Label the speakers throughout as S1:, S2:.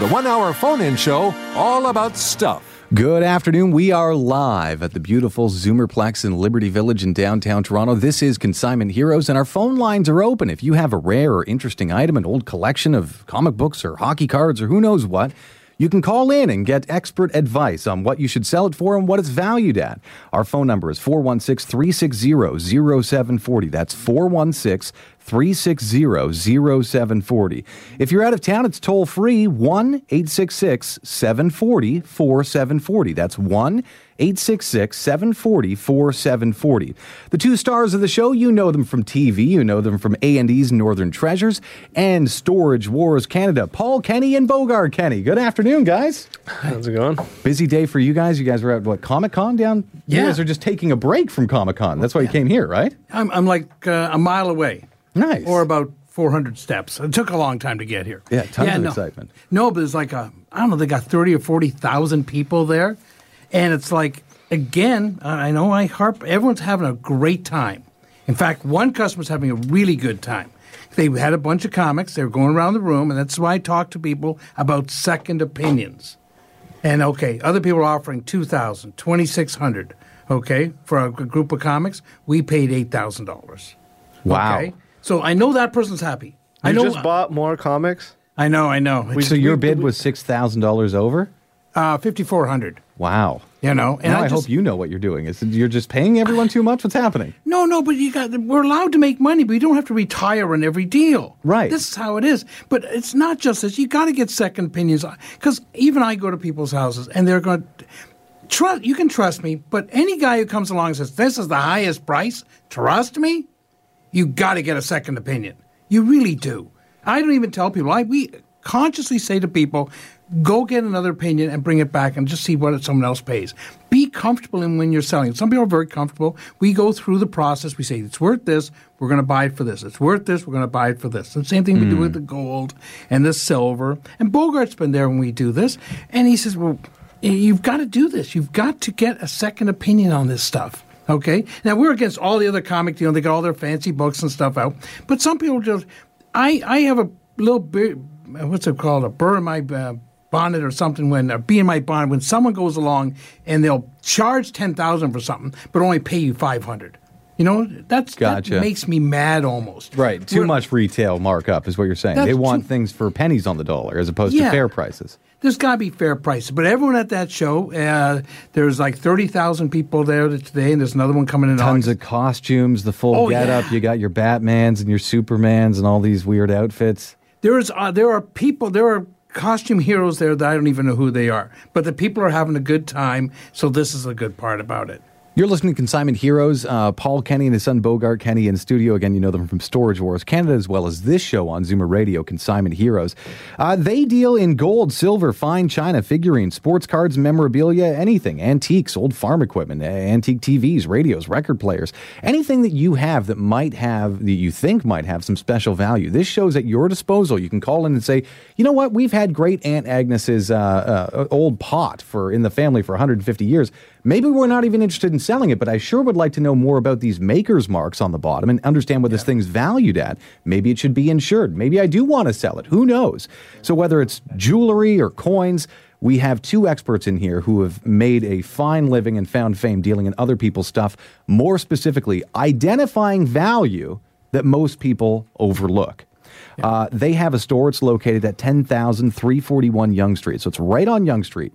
S1: the one hour phone in show all about stuff.
S2: Good afternoon. We are live at the beautiful Zoomerplex in Liberty Village in downtown Toronto. This is Consignment Heroes, and our phone lines are open. If you have a rare or interesting item, an old collection of comic books or hockey cards or who knows what, you can call in and get expert advice on what you should sell it for and what it's valued at. Our phone number is 416 360 0740. That's 416 360 0740. If you're out of town, it's toll free 1 866 740 4740. That's 1 866 740 4740. The two stars of the show, you know them from TV, you know them from A&E's Northern Treasures and Storage Wars Canada. Paul Kenny and Bogart Kenny. Good afternoon, guys.
S3: How's it going?
S2: Busy day for you guys. You guys were at what Comic Con down? You
S3: Yeah.
S2: guys are just taking a break from Comic Con. That's why you came here, right?
S3: I'm, I'm like uh, a mile away.
S2: Nice.
S3: Or about 400 steps. It took a long time to get here.
S2: Yeah, tons of
S3: no.
S2: excitement.
S3: No, but it's like, a, I don't know, they got 30 or 40,000 people there. And it's like, again, I I know I harp, everyone's having a great time. In fact, one customer's having a really good time. They had a bunch of comics, they were going around the room, and that's why I talk to people about second opinions. And okay, other people are offering 2000 2600 okay, for a g- group of comics. We paid $8,000.
S2: Wow.
S3: Okay? So I know that person's happy. I
S4: You
S3: know.
S4: just bought more comics.
S3: I know. I know. It's
S2: so your bid was six thousand dollars over.
S3: uh, fifty-four hundred.
S2: Wow.
S3: You know. And
S2: now I,
S3: I, just,
S2: hope you know what you're doing. Is you're just paying everyone too much? What's happening?
S3: No, no. But you got. We're allowed to make money, but you don't have to retire on every deal.
S2: Right.
S3: This is how it is. But it's not just this. You got to get second opinions because even I go to people's houses and they're going. Trust. You can trust me, but any guy who comes along and says this is the highest price, trust me. you got to get a second opinion. You really do. I don't even tell people. I we consciously say to people, go get another opinion and bring it back and just see what someone else pays. Be comfortable in when you're selling. Some people are very comfortable. We go through the process. We say it's worth this. We're going to buy it for this. It's worth this. We're going to buy it for this. And same thing we do with the gold and the silver. And Bogart's been there when we do this, and he says, well. eh, You've got to do this. You've got to get a second opinion on this stuff. Okay. Now we're against all the other comic deal. They got all their fancy books and stuff out, but some people just. I I have a little bit. What's it called? A burr in my uh, bonnet or something. When a bee in my bonnet. When someone goes along and they'll charge ten thousand for something, but only pay you five hundred. You know that's
S2: Gotcha.
S3: that makes me mad almost.
S2: Right. Too
S3: We're-
S2: much retail markup is what you're saying.
S3: That's
S2: They want
S3: too-
S2: things for pennies on the dollar as opposed to
S3: Yeah.
S2: fair prices.
S3: there's got to be fair prices. But everyone at that show, uh, there's like thirty thousand people there today, and there's another one coming in.
S2: Tons
S3: August.
S2: of costumes, the full
S3: Oh,
S2: getup.
S3: yeah.
S2: You got your Batmans and your Supermans and all these weird outfits.
S3: there is uh, there are people there are costume heroes there that I don't even know who they are, but the people are having a good time. So this is the good part about it.
S2: You're listening to Consignment Heroes. Uh, Paul Kenny and his son Bogart Kenny in studio. Again, you know them from Storage Wars Canada as well as this show on Zoomer Radio, Consignment Heroes. Uh, they deal in gold, silver, fine china, figurines, sports cards, memorabilia, anything, antiques, old farm equipment, a- antique TVs, radios, record players, anything that you have that might have, that you think might have some special value. This show's at your disposal. You can call in and say, you know what, we've had great Aunt Agnes's uh, uh, old pot for in the family for 150 years. Maybe we're not even interested in selling it, but I sure would like to know more about these maker's marks on the bottom and understand what this thing's valued at. Maybe it should be insured. Maybe I do want to sell it. Who knows? So, whether it's jewelry or coins, we have two experts in here who have made a fine living and found fame dealing in other people's stuff, more specifically, identifying value that most people overlook. Uh, they have a store. It's located at 10,341 Young Street. So it's right on Young Street.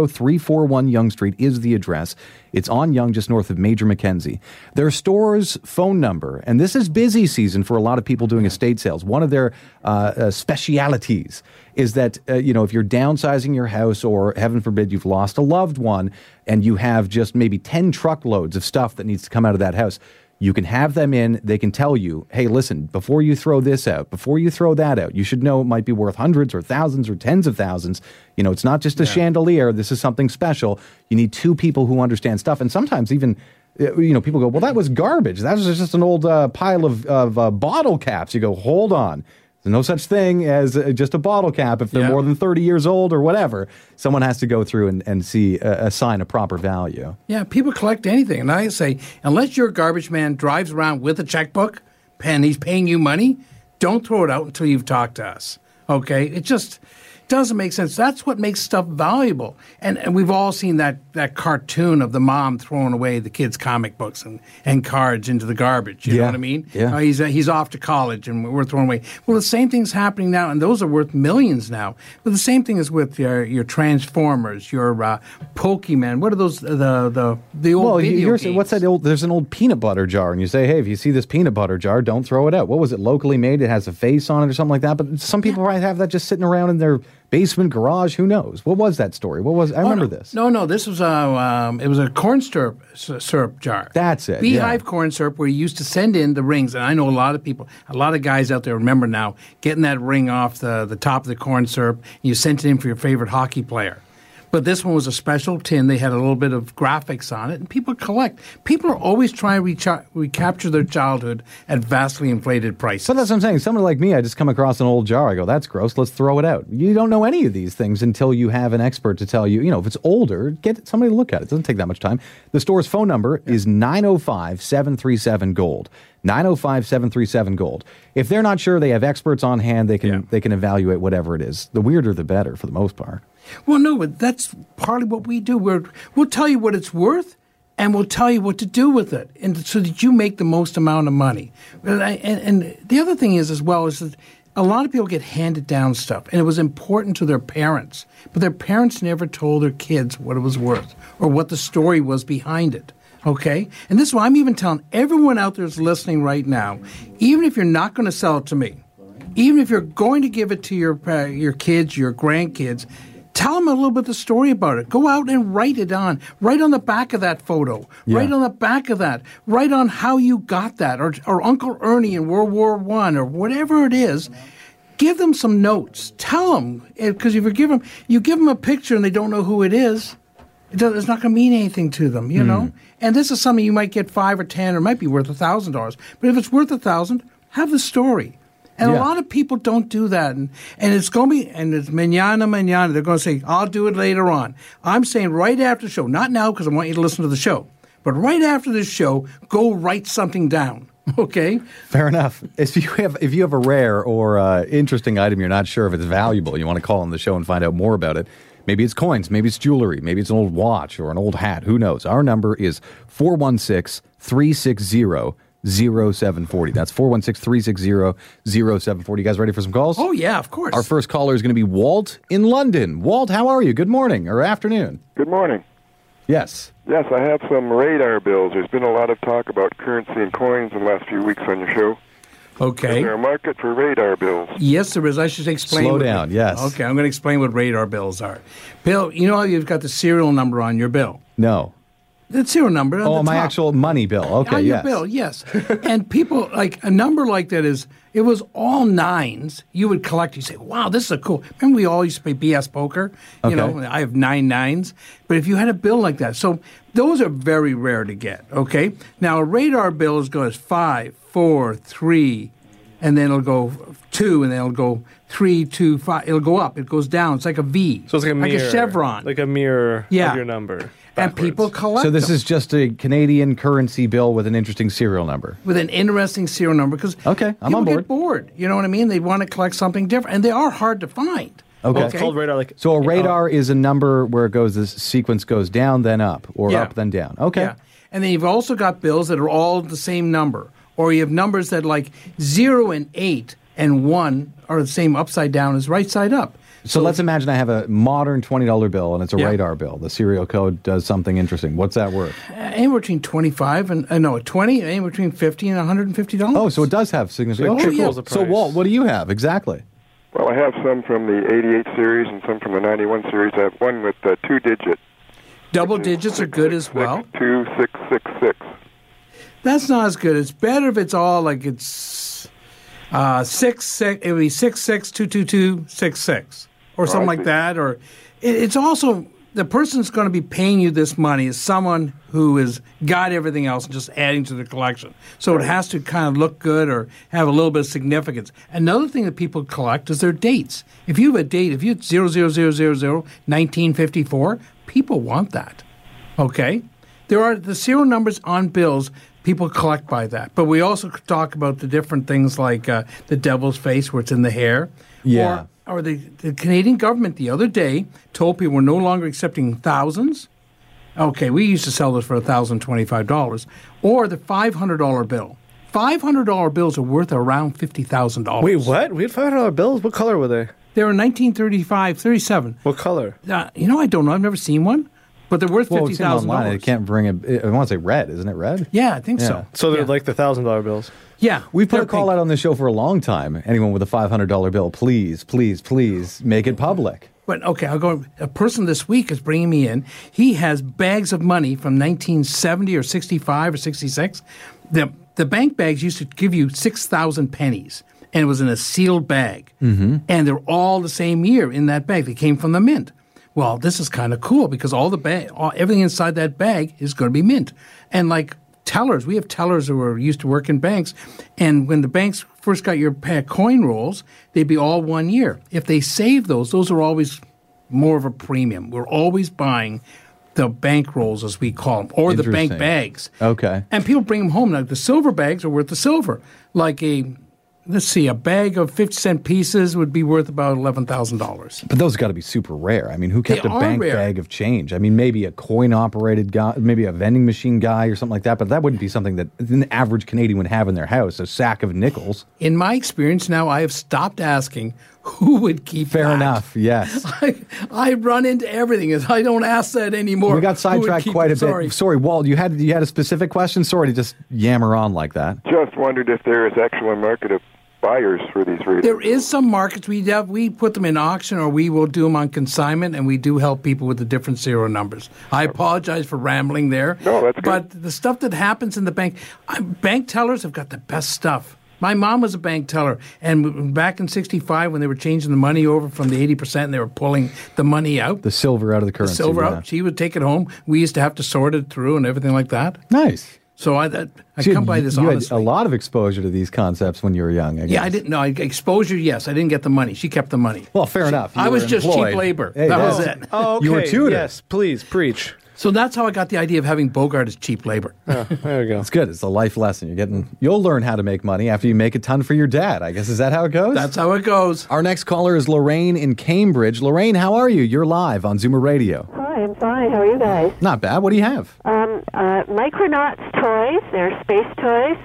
S2: 10341 Young Street is the address. It's on Young, just north of Major McKenzie. Their store's phone number, and this is busy season for a lot of people doing estate sales. One of their uh, uh, specialities is that, uh, you know, if you're downsizing your house or heaven forbid you've lost a loved one and you have just maybe 10 truckloads of stuff that needs to come out of that house, you can have them in. They can tell you, hey, listen, before you throw this out, before you throw that out, you should know it might be worth hundreds or thousands or tens of thousands. You know, it's not just a chandelier. This is something special. You need two people who understand stuff. And sometimes even, uh, you know, people go, well, that was garbage. That was just an old uh, pile of, of uh, bottle caps. You go, hold on. There's no such thing as uh, just a bottle cap if they're
S3: Yeah.
S2: more than 30 years old or whatever. Someone has to go through and, and see, uh, assign a proper value.
S3: Yeah, people collect anything. And I say, unless your garbage man drives around with a checkbook and he's paying you money, don't throw it out until you've talked to us. Okay? It just doesn't make sense. That's what makes stuff valuable. And, and we've all seen that, that cartoon of the mom throwing away the kids' comic books and, and cards into the garbage. You
S2: Yeah.
S3: know what I mean?
S2: Yeah.
S3: Uh, he's, he's off to college and we're throwing away. Well, the same thing's happening now, and those are worth millions now. But the same thing is with your, your Transformers, your uh, Pokemon. What are those? The the the old
S2: Well, you-
S3: video
S2: you're,
S3: games.
S2: what's that old? There's an old peanut butter jar, and you say, "Hey, if you see this peanut butter jar, don't throw it out." What was it? Locally made. It has a face on it or something like that. But some people might have that just sitting around in their basement garage. Who knows? What was that story? What was? I remember this.
S3: No, no, this was a um, it was a corn syrup s- syrup jar.
S2: That's it,
S3: Beehive
S2: yeah.
S3: corn syrup, where you used to send in the rings, and I know a lot of people, a lot of guys out there remember now getting that ring off the the top of the corn syrup. And you sent it in for your favorite hockey player. But this one was a special tin. They had a little bit of graphics on it, and people collect. People are always trying to recha- recapture their childhood at vastly inflated prices.
S2: But that's what I'm saying. Someone like me, I just come across an old jar. I go, "That's gross. Let's throw it out." You don't know any of these things until you have an expert to tell you. You know, if it's older, get somebody to look at it. It doesn't take that much time. The store's phone number is 905-737-GOLD. 905-737-GOLD. If they're not sure, they have experts on hand. They can
S3: Yeah.
S2: they can evaluate whatever it is. The weirder the better for the most part.
S3: Well, no, but that's partly what we do. We're, we'll tell you what it's worth, and we'll tell you what to do with it, and so that you make the most amount of money. And, I, and, and the other thing is, as well, is that a lot of people get handed down stuff, and it was important to their parents, but their parents never told their kids what it was worth or what the story was behind it. Okay? And this is why I'm even telling everyone out there that's listening right now, even if you're not going to sell it to me, even if you're going to give it to your uh, your kids, your grandkids, tell them a little bit of the story about it. Go out and write it on, right on the back of that photo, right on the back of that, right on how you got that, or or Uncle Ernie in World War One, or whatever it is. Give them some notes. Tell them because if you give them, you give them a picture and they don't know who it is. It does, it's not going to mean anything to them, you know. And this is something you might get five or ten, or it might be worth a thousand dollars. But if it's worth a thousand, have the story. And
S2: Yeah.
S3: a lot of people don't do that, and, and it's going to be and it's manana manana. They're going to say, "I'll do it later on." I'm saying right after the show, not now because I want you to listen to the show, but right after this show, go write something down. Okay,
S2: Fair enough. If you have if you have a rare or uh, interesting item, you're not sure if it's valuable. You want to call on the show and find out more about it. Maybe it's coins, maybe it's jewelry, maybe it's an old watch or an old hat. Who knows? Our number is 416 360 0740. That's 416 360 0740. You guys ready for some calls?
S3: oh yeah, of course.
S2: Our first caller is going to be Walt in London. Walt, how are you? Good morning or afternoon.
S4: Good morning.
S2: Yes.
S4: Yes, I have some radar bills. There's been a lot of talk about currency and coins in the last few weeks on your show. Is
S3: okay,
S4: there a market for radar bills?
S3: Yes, there is. I should explain.
S2: Slow
S3: what-
S2: down, yes.
S3: Okay, I'm going to explain what radar bills are. Bill, you know how you've got the serial number on your bill.
S2: No.
S3: The serial number. on
S2: Oh,
S3: the
S2: my
S3: top.
S2: actual money bill. Okay,
S3: on your
S2: yes.
S3: bill, Oh, yes. and people like a number like that is it was all nines. You would collect. You say, "Wow, this is a cool." Remember, we all used to play BS poker. You
S2: Okay.
S3: know, I have nine nines. But if you had a bill like that, so those are very rare to get. Okay, now a radar bill is goes five, four, three, and then it'll go two, and then it'll go three, two, five. It'll go up. It goes down. It's like a V.
S5: So it's like a mirror,
S3: like a chevron.
S5: like a mirror
S3: Yeah.
S5: of your number.
S3: and
S5: backwards.
S3: people collect.
S2: So this
S3: them.
S2: is just a Canadian currency bill with an interesting serial number.
S3: with an interesting serial number because
S2: Okay, I'm
S3: people
S2: on
S3: get
S2: board.
S3: bored. You know what I mean? They want to collect something different, and they are hard to find.
S2: Okay.
S5: Well, it's called radar. Like
S3: uh,
S2: So a radar is a number where it goes this sequence goes down then up or
S3: Yeah.
S2: up then down. Okay.
S3: Yeah, and then you've also got bills that are all the same number, or you have numbers that like zero and eight and one are the same upside down as right side up.
S2: So let's imagine I have a modern twenty dollar bill and it's a
S3: Yeah.
S2: radar bill. The serial code does something interesting. What's that worth?
S3: Anywhere between twenty five and uh, no twenty, anywhere between fifty and one hundred and fifty dollars.
S2: Oh, so it does have significant.
S5: So it
S2: oh, yeah.
S5: triples the
S2: So
S5: price.
S2: Walt, what do you have exactly?
S4: Well, I have some from the 88 series and some from the 91 series. I have one with uh, two digit.
S3: double digits are good as well.
S4: 2666.
S3: That's not as good. It's better if it's all like it's uh, six six. It would be six six two two two six six or something like
S4: see.
S3: that. Or it, it's also the person's going to be paying you this money is someone who has got everything else and just adding to the collection. So it has to kind of look good or have a little bit of significance. Another thing that people collect is their dates. If you have a date, if you had zero zero zero zero zero 1954, people want that. Okay? There are the serial numbers on bills people collect by that. But we also could talk about the different things like uh, the devil's face, where it's in the hair.
S2: Yeah.
S3: Or, or the, the Canadian government the other day told people we're no longer accepting thousands. Okay, we used to sell those for $1,025. Or the $500 bill. $500 bills are worth around $50,000.
S5: Wait, what? We had five hundred dollar bills. What color were they?
S3: They were 1935, 37.
S5: What color?
S3: Uh, you know, I don't know. I've never seen one, but they're worth
S2: Well, it's in online.
S3: $50,000.
S2: It can't bring a. I want to say red, isn't it red?
S3: Yeah, I think
S2: Yeah.
S3: so.
S5: So they're
S3: yeah.
S5: like the thousand dollar bills.
S3: yeah,
S2: We've put
S3: they're
S2: a call
S3: pink.
S2: out on this show for a long time. Anyone with a five hundred dollar bill, please, please, please make it public.
S3: But okay, I'll go. A person this week is bringing me in. He has bags of money from 1970 or 65 or 66. The the bank bags used to give you 6,000 pennies, and it was in a sealed bag, mm-hmm. and they're all the same year in that bag. They came from the mint. Well, this is kind of cool because all the bag, all, everything inside that bag is going to be mint, and like tellers. We have tellers who are used to work in banks, and when the banks first got your pack coin rolls, they'd be all one year. If they save those, those are always more of a premium. We're always buying the bank rolls, as we call them, or the bank
S2: Interesting.
S3: bags.
S2: Okay.
S3: And people bring them home. Like the silver bags are worth the silver. Like a, let's see, a bag of 50 cent pieces would be worth about $11,000.
S2: But those got to be super rare. I mean, who kept
S3: They
S2: a
S3: are
S2: bank
S3: rare.
S2: bag of change? I mean, maybe a coin operated guy, maybe a vending machine guy or something like that, but that wouldn't be something that an average Canadian would have in their house a sack of nickels.
S3: In my experience now, I have stopped asking who would keep
S2: Fair
S3: that.
S2: enough. Yes.
S3: I, I run into everything. I don't ask that anymore.
S2: We got
S3: Who would
S2: sidetracked
S3: keep-
S2: quite a
S3: sorry.
S2: bit. Sorry, Walt, you had you had a specific question? Sorry to just yammer on like that.
S4: Just wondered if there is actually a market of buyers for these readers.
S3: There is some markets we have. We put them in auction, or we will do them on consignment, and we do help people with the different serial numbers. I apologize for rambling there.
S4: No, that's good.
S3: But the stuff that happens in the bank, I, bank tellers have got the best stuff. My mom was a bank teller, and w- back in '65, when they were changing the money over from the 80 percent, and they were pulling the money out,
S2: The silver out of the currency.
S3: silver
S2: yeah.
S3: out. She would take it home. We used to have to sort it through and everything like that.
S2: Nice.
S3: So I, that, I
S2: So you
S3: come
S2: had-
S3: by this
S2: you had
S3: honestly.
S2: a lot of exposure to these concepts when you were young. I guess.
S3: Yeah, I didn't know. I- Exposure, yes. I didn't get the money. She kept the money.
S2: Well, fair enough. You
S3: I
S2: were
S3: was just
S2: employed.
S3: cheap labor.
S2: Hey,
S3: that
S2: that's-
S3: was it.
S5: Oh, okay.
S2: You were tutored.
S5: Yes, please preach.
S3: So that's how I got the idea of having Bogart as cheap labor.
S5: Oh, There we go.
S2: It's good. It's a life lesson. You're getting. You'll learn how to make money after you make a ton for your dad. I guess is that how it goes?
S3: That's how it goes.
S2: Our next caller is Lorraine in Cambridge. Lorraine, how are you? You're live on Zoomer Radio.
S6: Hi, I'm fine. How are you guys?
S2: Not bad. What do you have?
S6: Um, uh, Micronauts toys, they're space toys.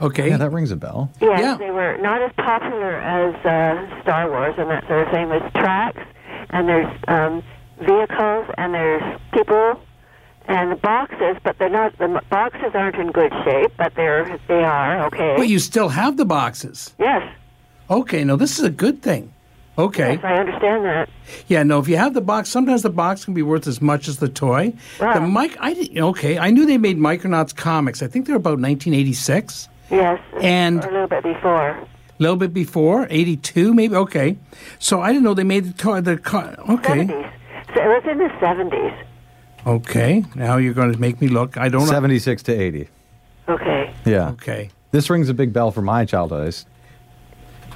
S3: Okay.
S2: yeah, that rings a bell.
S6: Yes,
S3: Yeah.
S6: they were not as popular as uh, Star Wars and that sort of thing. There's tracks, and there's um, vehicles, and there's people, and the boxes. But they're not. The m- boxes aren't in good shape, but they're they are okay.
S3: but you still have the boxes.
S6: yes,
S3: Okay, no, this is a good thing. Okay.
S6: yes, I understand that.
S3: Yeah, no, if you have the box, sometimes the box can be worth as much as the toy. The
S6: Wow.
S3: mic, I didn't, okay, I knew they made Micronauts comics. I think they're about 1986.
S6: Yes,
S3: And-
S6: or a little bit before.
S3: little bit before 82 maybe okay so i didn't know they made the car the car okay
S6: 70s. So it was in the 70s.
S3: okay now you're going to make me look i don't know
S2: Seventy-six to eighty.
S6: Okay.
S2: Yeah.
S3: okay
S2: This rings a big bell for my childhood. I s-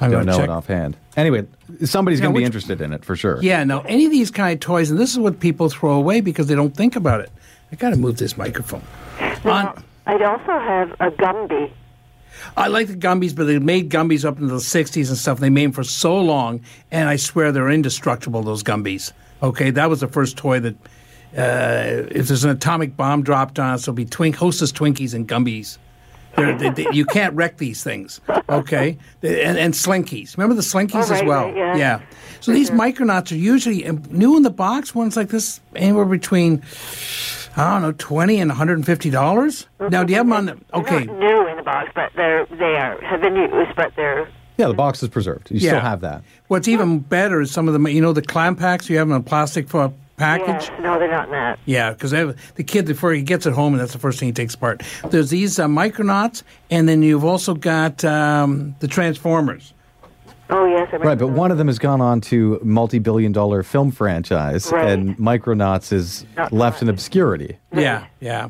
S3: i'm
S2: don't
S3: going to
S2: know
S3: check
S2: it offhand. Anyway, somebody's
S3: Yeah,
S2: going to be
S3: which-
S2: interested in it for sure.
S3: yeah now any of these kind of toys and this is what people throw away because they don't think about it i gotta move this microphone
S6: Now,
S3: On-
S6: I'd also have a Gumby.
S3: I like the Gumbies, but they made Gumbies up into the 60s and stuff. They made them for so long, and I swear they're indestructible, those Gumbies. Okay, that was the first toy that, uh, if there's an atomic bomb dropped on us, it'll be twink, Hostess Twinkies and Gumbies. They're, they, they, you can't wreck these things, okay? They- And, and slinkies. Remember the slinkies
S6: Oh, right,
S3: as well?
S6: right, yeah. Mm-hmm.
S3: So these micronauts are usually um, new in the box. Ones like this, anywhere between I don't know, twenty and one hundred and fifty dollars. Now, do you have them on? The,
S6: They're
S3: okay,
S6: Not new in the box, but they're they are have been used, but they're
S2: Yeah, the box is preserved. You still
S3: Mm-hmm. Yeah.
S2: have that.
S3: What's even better is some of the you know the clam packs you have in a plastic uh, package.
S6: yes, no, they're not in that.
S3: Yeah, because the kid before he gets it home, and that's the first thing he takes apart. There's these uh, Micronauts, and then you've also got um, the Transformers.
S6: Oh yes, I
S2: Right, but one of them has gone on to multi-billion dollar film franchise
S6: Right.
S2: and Micronauts is
S6: Not
S2: left in
S6: correct.
S2: obscurity.
S3: Yeah, yeah.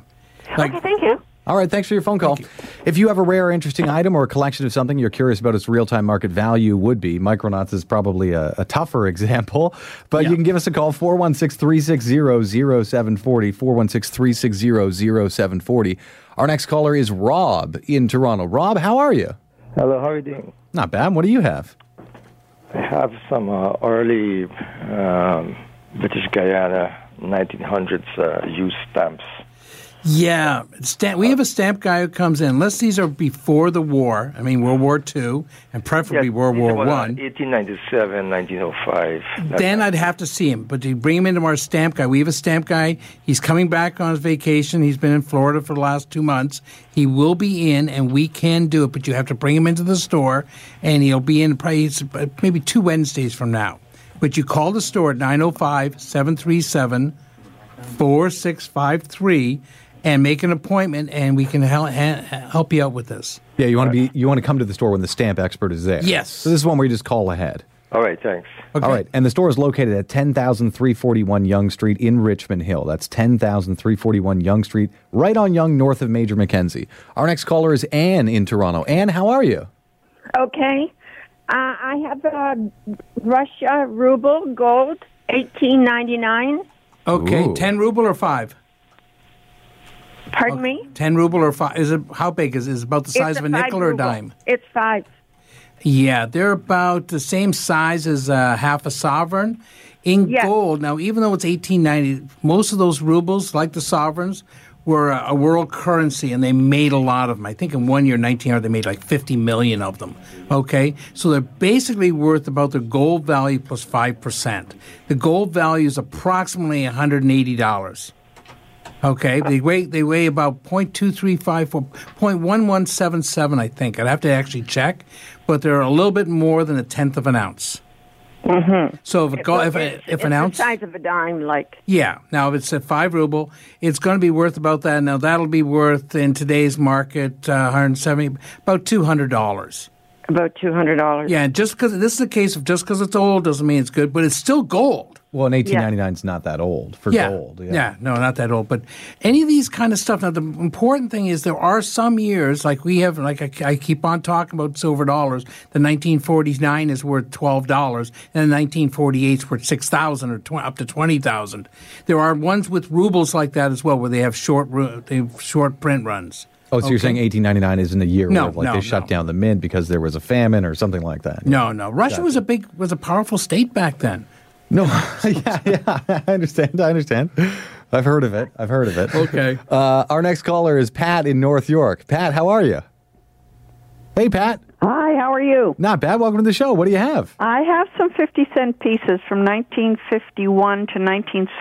S3: Like,
S6: okay, thank you.
S2: All right, thanks for your phone call. If you have a rare, interesting item or a collection of something you're curious about its real time market value, would be Micronauts is probably a, a tougher example, but you
S3: Yeah.
S2: can give us a call 416 360 0740. 416 360 0740. Our next caller is Rob in Toronto. Rob, how are you?
S7: Hello, how are you doing?
S2: Not bad. What do you have?
S7: I have some uh, early um, British Guyana 1900s uh, used stamps.
S3: yeah, stamp, we have a stamp guy who comes in. Unless these are before the war, I mean World War II, and preferably World
S7: it
S3: War
S7: was, uh,
S3: One.
S7: 1897, 1905. That-
S3: Then I'd have to see him, but to bring him into our stamp guy. We have a stamp guy. He's coming back on his vacation. He's been in Florida for the last two months. He will be in, and we can do it, but you have to bring him into the store, and he'll be in probably it's, uh, maybe two Wednesdays from now. But you call the store at 905 737 4653 and make an appointment, and we can hel- ha- help you out with this.
S2: Yeah, you want to be you want to come to the store when the stamp expert is there.
S3: Yes.
S2: So this is one where you just call ahead.
S7: All right, thanks.
S2: All right, and the store is located at 10,341 Young Street in Richmond Hill. That's 10,341 Young Street, right on Young, north of Major Mackenzie. Our next caller is Anne in Toronto. Anne, how are you?
S8: Okay. Uh, I have a Russia ruble gold, eighteen ninety nine.
S3: Okay,
S2: Ooh.
S3: 10 ruble or 5?
S8: Pardon me.
S3: 10 ruble or 5? Is it how big is it? Is it about the size
S8: It's
S3: of a nickel
S8: five
S3: or a
S8: ruble.
S3: dime?
S8: It's five.
S3: Yeah, they're about the same size as uh, half a sovereign in
S8: Yes.
S3: gold. Now, even though it's 1890, most of those rubles, like the sovereigns, were a, a world currency, and they made a lot of them. I think in one year, 1900, they made like 50 million of them. Okay, so they're basically worth about their gold value plus five percent. The gold value is approximately 180 dollars. Okay, they weigh they weigh about point two three five four point one one seven seven. I think I'd have to actually check, but they're a little bit more than a tenth of an ounce. Mm-hmm. So if a go, if, a,
S8: it's,
S3: if
S8: it's
S3: an ounce,
S8: the size of a dime, like
S3: yeah. Now if it's at five ruble, it's going to be worth about that. Now that'll be worth in today's market uh, one hundred seventy about two hundred dollars.
S8: about two hundred dollars.
S3: Yeah, and just because this is a case of just because it's old doesn't mean it's good, but it's still gold.
S2: Well, an 1899 is not that old for gold.
S3: no, not that old. But any of these kind of stuff. Now, the important thing is there are some years, like we have, like I, I keep on talking about silver dollars. The 1949 is worth twelve dollars, and the 1948 is worth six thousand or tw- up to twenty thousand. There are ones with rubles like that as well, where they have short ru- they have short print runs.
S2: Oh, so you're saying 1899 isn't a year
S3: No,
S2: where like
S3: no,
S2: they shut
S3: no.
S2: down the mint because there was a famine or something like that?
S3: No, no, Russia was a big was a powerful state back then.
S2: No, yeah, yeah, I understand. I understand. I've heard of it. I've heard of it.
S3: Okay.
S2: Uh, our next caller is Pat in North York. Pat, how are you? Hey, Pat.
S9: Hi, how are you?
S2: Not bad. Welcome to the show. What do you have?
S9: I have some 50 cent pieces from 1951 to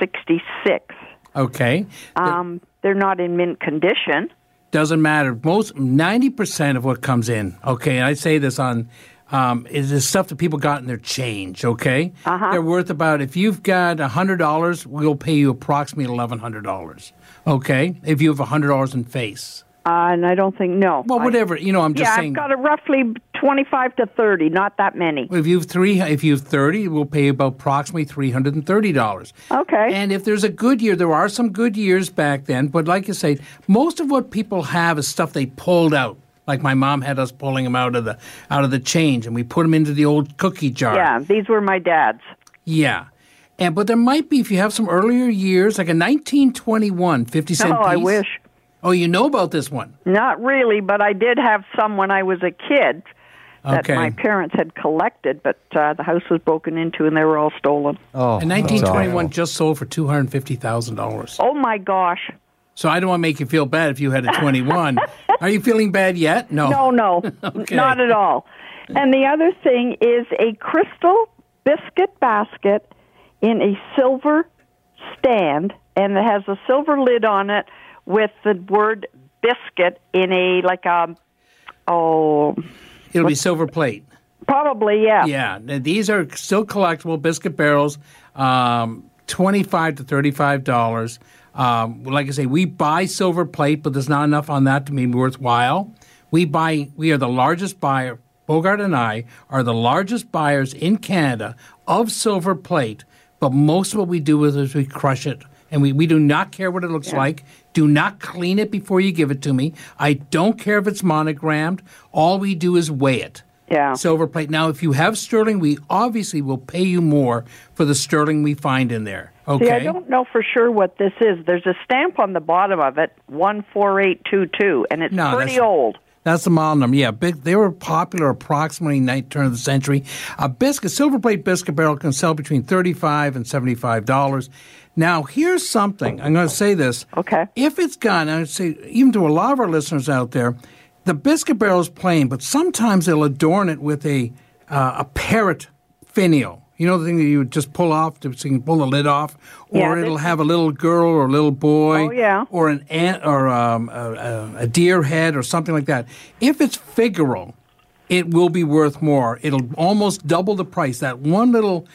S9: 1966.
S3: Okay.
S9: Um, they're not in mint condition.
S3: doesn't matter. Most ninety percent of what comes in, okay, and I say this on um, is the stuff that people got in their change, okay? Uh-huh. They're worth about if you've got hundred dollars, we'll pay you approximately eleven hundred dollars, okay? If you have hundred dollars in face,
S9: Uh, and I don't think, no.
S3: well,
S9: I-
S3: whatever you know, I'm just
S9: yeah,
S3: saying.
S9: I've got a roughly 25 to 30, not that many.
S3: if you've three, if you've thirty, we'll pay you about approximately three hundred and thirty dollars.
S9: Okay.
S3: And if there's a good year, there are some good years back then. But like you say, most of what people have is stuff they pulled out. Like my mom had us pulling them out of the out of the change, and we put them into the old cookie jar.
S9: yeah, these were my dad's.
S3: Yeah. And but there might be if you have some earlier years, like a 1921 50
S9: Oh,
S3: cent piece.
S9: I wish.
S3: Oh, you know about this one.
S9: Not really, but I did have some when I was a kid that
S3: Okay.
S9: my parents had collected, but uh, the house was broken into and they were all stolen.
S2: Oh,
S3: And
S2: that's
S3: 1921
S2: awful.
S3: just sold for two hundred fifty thousand dollars.
S9: Oh, my gosh.
S3: So I don't want to make you feel bad if you had a 21, Are you feeling bad yet? No.
S9: No, no,
S3: Okay.
S9: not at all. And the other thing is a crystal biscuit basket in a silver stand, and it has a silver lid on it with the word biscuit in a like a oh
S3: It'll be silver plate.
S9: probably yeah
S3: Yeah, th- these are still collectible biscuit barrels, um, twenty-five to thirty-five dollars. Um, like I say, we buy silver plate, but there's not enough on that to be worthwhile. We buy. We are the largest buyer. Bogart and I are the largest buyers in Canada of silver plate. But most of what we do with it is we crush it, and we, we do not care what it looks like. Do not clean it before you give it to me. I don't care if it's monogrammed. All we do is weigh it
S9: yeah.
S3: silver plate. Now, if you have sterling, we obviously will pay you more for the sterling we find in there. Okay.
S9: See, I don't know for sure what this is. There's a stamp on the bottom of it, one four eight two two, and it's
S3: No,
S9: pretty
S3: that's-
S9: old.
S3: That's the model number. Yeah, big. They were popular approximately night turn of the century. A biscuit, silver plate biscuit barrel can sell between thirty-five and seventy-five dollars. Now, here's something. I'm going to say this.
S9: Okay.
S3: If it's gone, I would say even to a lot of our listeners out there, the biscuit barrel is plain, but sometimes they'll adorn it with a uh, a parrot finial. You know the thing that you would just pull off to, so you can pull the lid off, or
S9: Yeah, they-
S3: it'll have a little girl or a little boy,
S9: Oh, yeah.
S3: or an ant or um, a, a, a deer head or something like that. If it's figural, it will be worth more. It'll almost double the price. That one little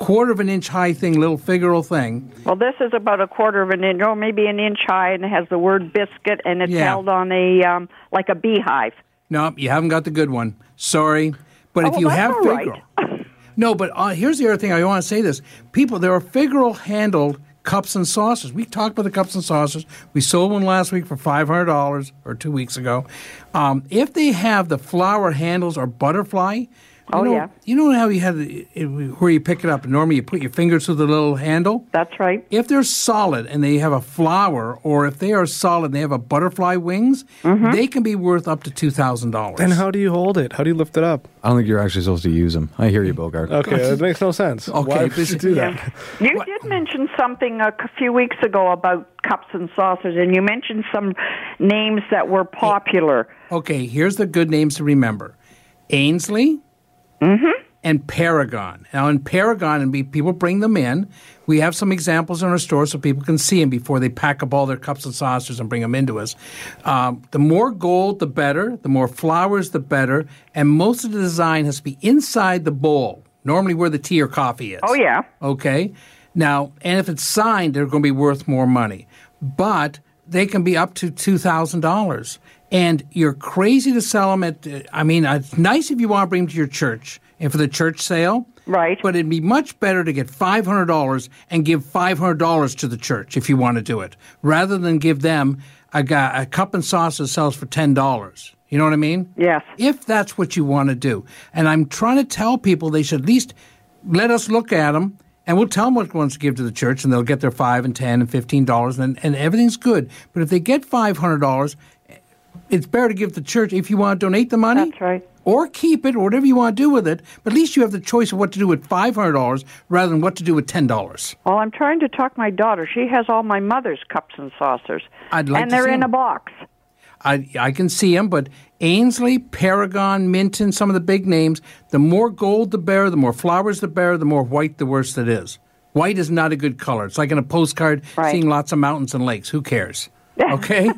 S3: quarter of an inch high thing, little figural thing.
S9: Well, this is about a quarter of an inch, or maybe an inch high, and it has the word biscuit, and it's
S3: Yeah.
S9: held on a um, like a beehive.
S3: No, you haven't got the good one. Sorry, but
S9: Oh,
S3: if
S9: well,
S3: you
S9: that's
S3: have
S9: all right.
S3: figural, no. But uh, here's the other thing. I want to say this: people, there are figural handled cups and saucers. We talked about the cups and saucers. We sold one last week for five hundred dollars, or two weeks ago. Um, if they have the flower handles or butterfly. You
S9: Oh,
S3: know,
S9: yeah.
S3: You know how you have the, it, where you pick it up. Normally, you put your fingers through the little handle.
S9: That's right.
S3: If they're solid and they have a flower, or if they are solid and they have a butterfly wings,
S9: Mm-hmm.
S3: they can be worth up to two thousand dollars.
S5: Then how do you hold it? How do you lift it up?
S2: I don't think you're actually supposed to use them. I hear you, Bogart.
S5: Okay, it makes no sense.
S3: Okay,
S5: Why
S3: but-
S5: would you do that?
S9: You did mention something a c- few weeks ago about cups and saucers, and you mentioned some names that were popular.
S3: Okay, here's the good names to remember: Ainsley and Paragon. Now, in Paragon, and we, people bring them in. We have some examples in our store so people can see them before they pack up all their cups and saucers and bring them into us. Um, the more gold, the better. The more flowers, the better. And most of the design has to be inside the bowl, normally where the tea or coffee is.
S9: Oh, yeah.
S3: Okay. Now, and if it's signed, they're going to be worth more money, but they can be up to two thousand dollars. And you're crazy to sell them at. I mean, it's nice if you want to bring them to your church and for the church sale,
S9: Right.
S3: But it'd be much better to get five hundred dollars and give five hundred dollars to the church if you want to do it, rather than give them a, guy, a cup and sauce that sells for ten dollars. You know what I mean?
S9: Yes.
S3: if that's what you want to do. And I'm trying to tell people they should at least let us look at them and we'll tell them what ones to give to the church and they'll get their 5 and 10 and $15 and, and everything's good. But if they get $500, it's better to give the church if you want to donate the money.
S9: That's right.
S3: Or keep it or whatever you want to do with it. But at least you have the choice of what to do with $500 rather than what to do with $10.
S9: Well, I'm trying to talk my daughter. She has all my mother's cups and saucers,
S3: I'd like
S9: and
S3: to
S9: they're
S3: see
S9: in a
S3: them.
S9: box.
S3: I, I can see them, but Ainsley, Paragon, Minton, some of the big names, the more gold the bearer, the more flowers the bearer, the more white the worse it is. White is not a good color. It's like in a postcard
S9: Right.
S3: seeing lots of mountains and lakes. Who cares? Okay?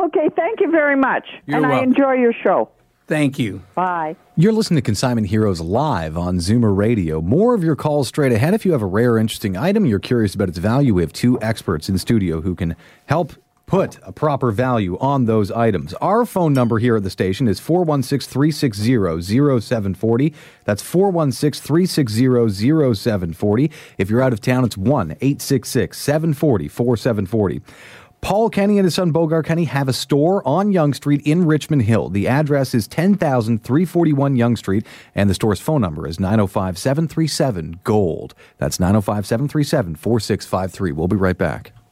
S9: Okay, thank you very much,
S3: You're
S9: and I
S3: welcome.
S9: enjoy your show.
S3: Thank you.
S9: Bye.
S2: You're listening to Consignment Heroes live on Zoomer Radio. More of your calls straight ahead. If you have a rare, interesting item, you're curious about its value, we have two experts in studio who can help put a proper value on those items. Our phone number here at the station is 416 360 0740. That's 416 360 0740. If you're out of town, it's 1 866 740 4740. Paul Kenny and his son Bogart Kenny have a store on Young Street in Richmond Hill. The address is 10341 Young Street, and the store's phone number is 905 737 GOLD. That's 905 737 4653. We'll be right back.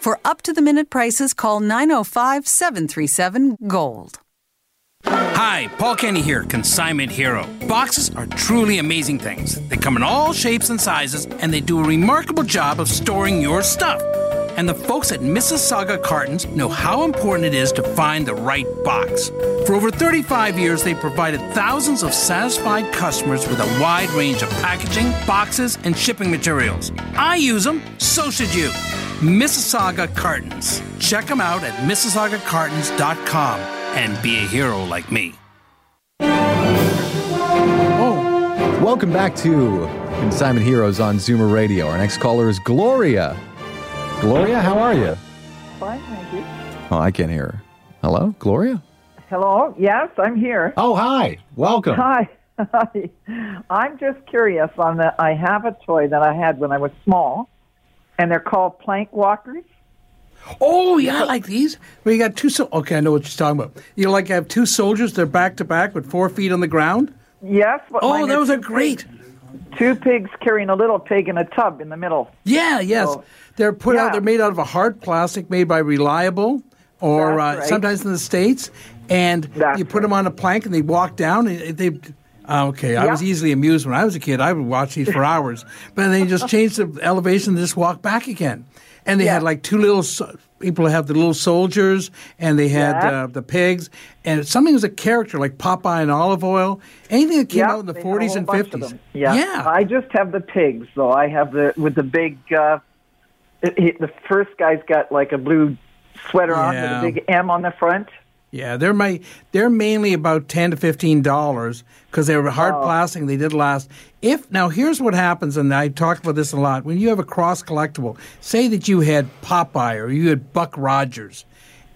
S10: For up to the minute prices, call 905 737 GOLD.
S11: Hi, Paul Kenny here, consignment hero. Boxes are truly amazing things. They come in all shapes and sizes, and they do a remarkable job of storing your stuff. And the folks at Mississauga Cartons know how important it is to find the right box. For over 35 years, they've provided thousands of satisfied customers with a wide range of packaging, boxes, and shipping materials. I use them, so should you. Mississauga Cartons. Check them out at MississaugaCartons.com and be a hero like me.
S2: Welcome back to Simon Heroes on Zoomer Radio. Our next caller is Gloria. Gloria, how are you?
S12: Fine, thank you.
S2: Oh, I can't hear her. Hello, Gloria?
S12: Hello. Yes, I'm here.
S2: Oh, hi. Welcome.
S12: Hi. I'm just curious on that. I have a toy that I had when I was small, and they're called plank walkers.
S3: Oh yeah, I like these. Where you got two. So- okay, I know what you're talking about. You like have two soldiers. They're back to back with four feet on the ground.
S12: Yes. but mine
S3: Oh,
S12: are
S3: those
S12: two
S3: are great.
S12: pigs- Two pigs carrying a little pig in a tub in the middle.
S3: Yeah, yes.
S12: So-
S3: they're put
S12: yeah.
S3: out. They're made out of a hard plastic made by Reliable, or
S12: That's
S3: uh,
S12: right.
S3: sometimes in the states. And you put them on a plank and they walk down. And they uh, okay. I was
S12: Yeah.
S3: easily amused when I was a kid. I would watch these for hours, but they just changed the elevation and just walk back again. And they had like two little so- people have the little soldiers, and they had
S12: Yeah.
S3: uh, the pigs, and something was a character like Popeye and olive oil. Anything that came
S12: Yeah,
S3: out in the
S12: they had a
S3: 40s
S12: whole
S3: and
S12: bunch of
S3: 50s.
S12: them. Yeah. I just have the pigs, though. I have the with the big. Uh, it, it- the first guy's got like a blue sweater on with
S3: Yeah.
S12: a big M on the front.
S3: Yeah, they're my they're mainly about ten to fifteen dollars because they were hard plastic and they did last. If now here's what happens, and I talk about this a lot. When you have a cross collectible, say that you had Popeye or you had Buck Rogers,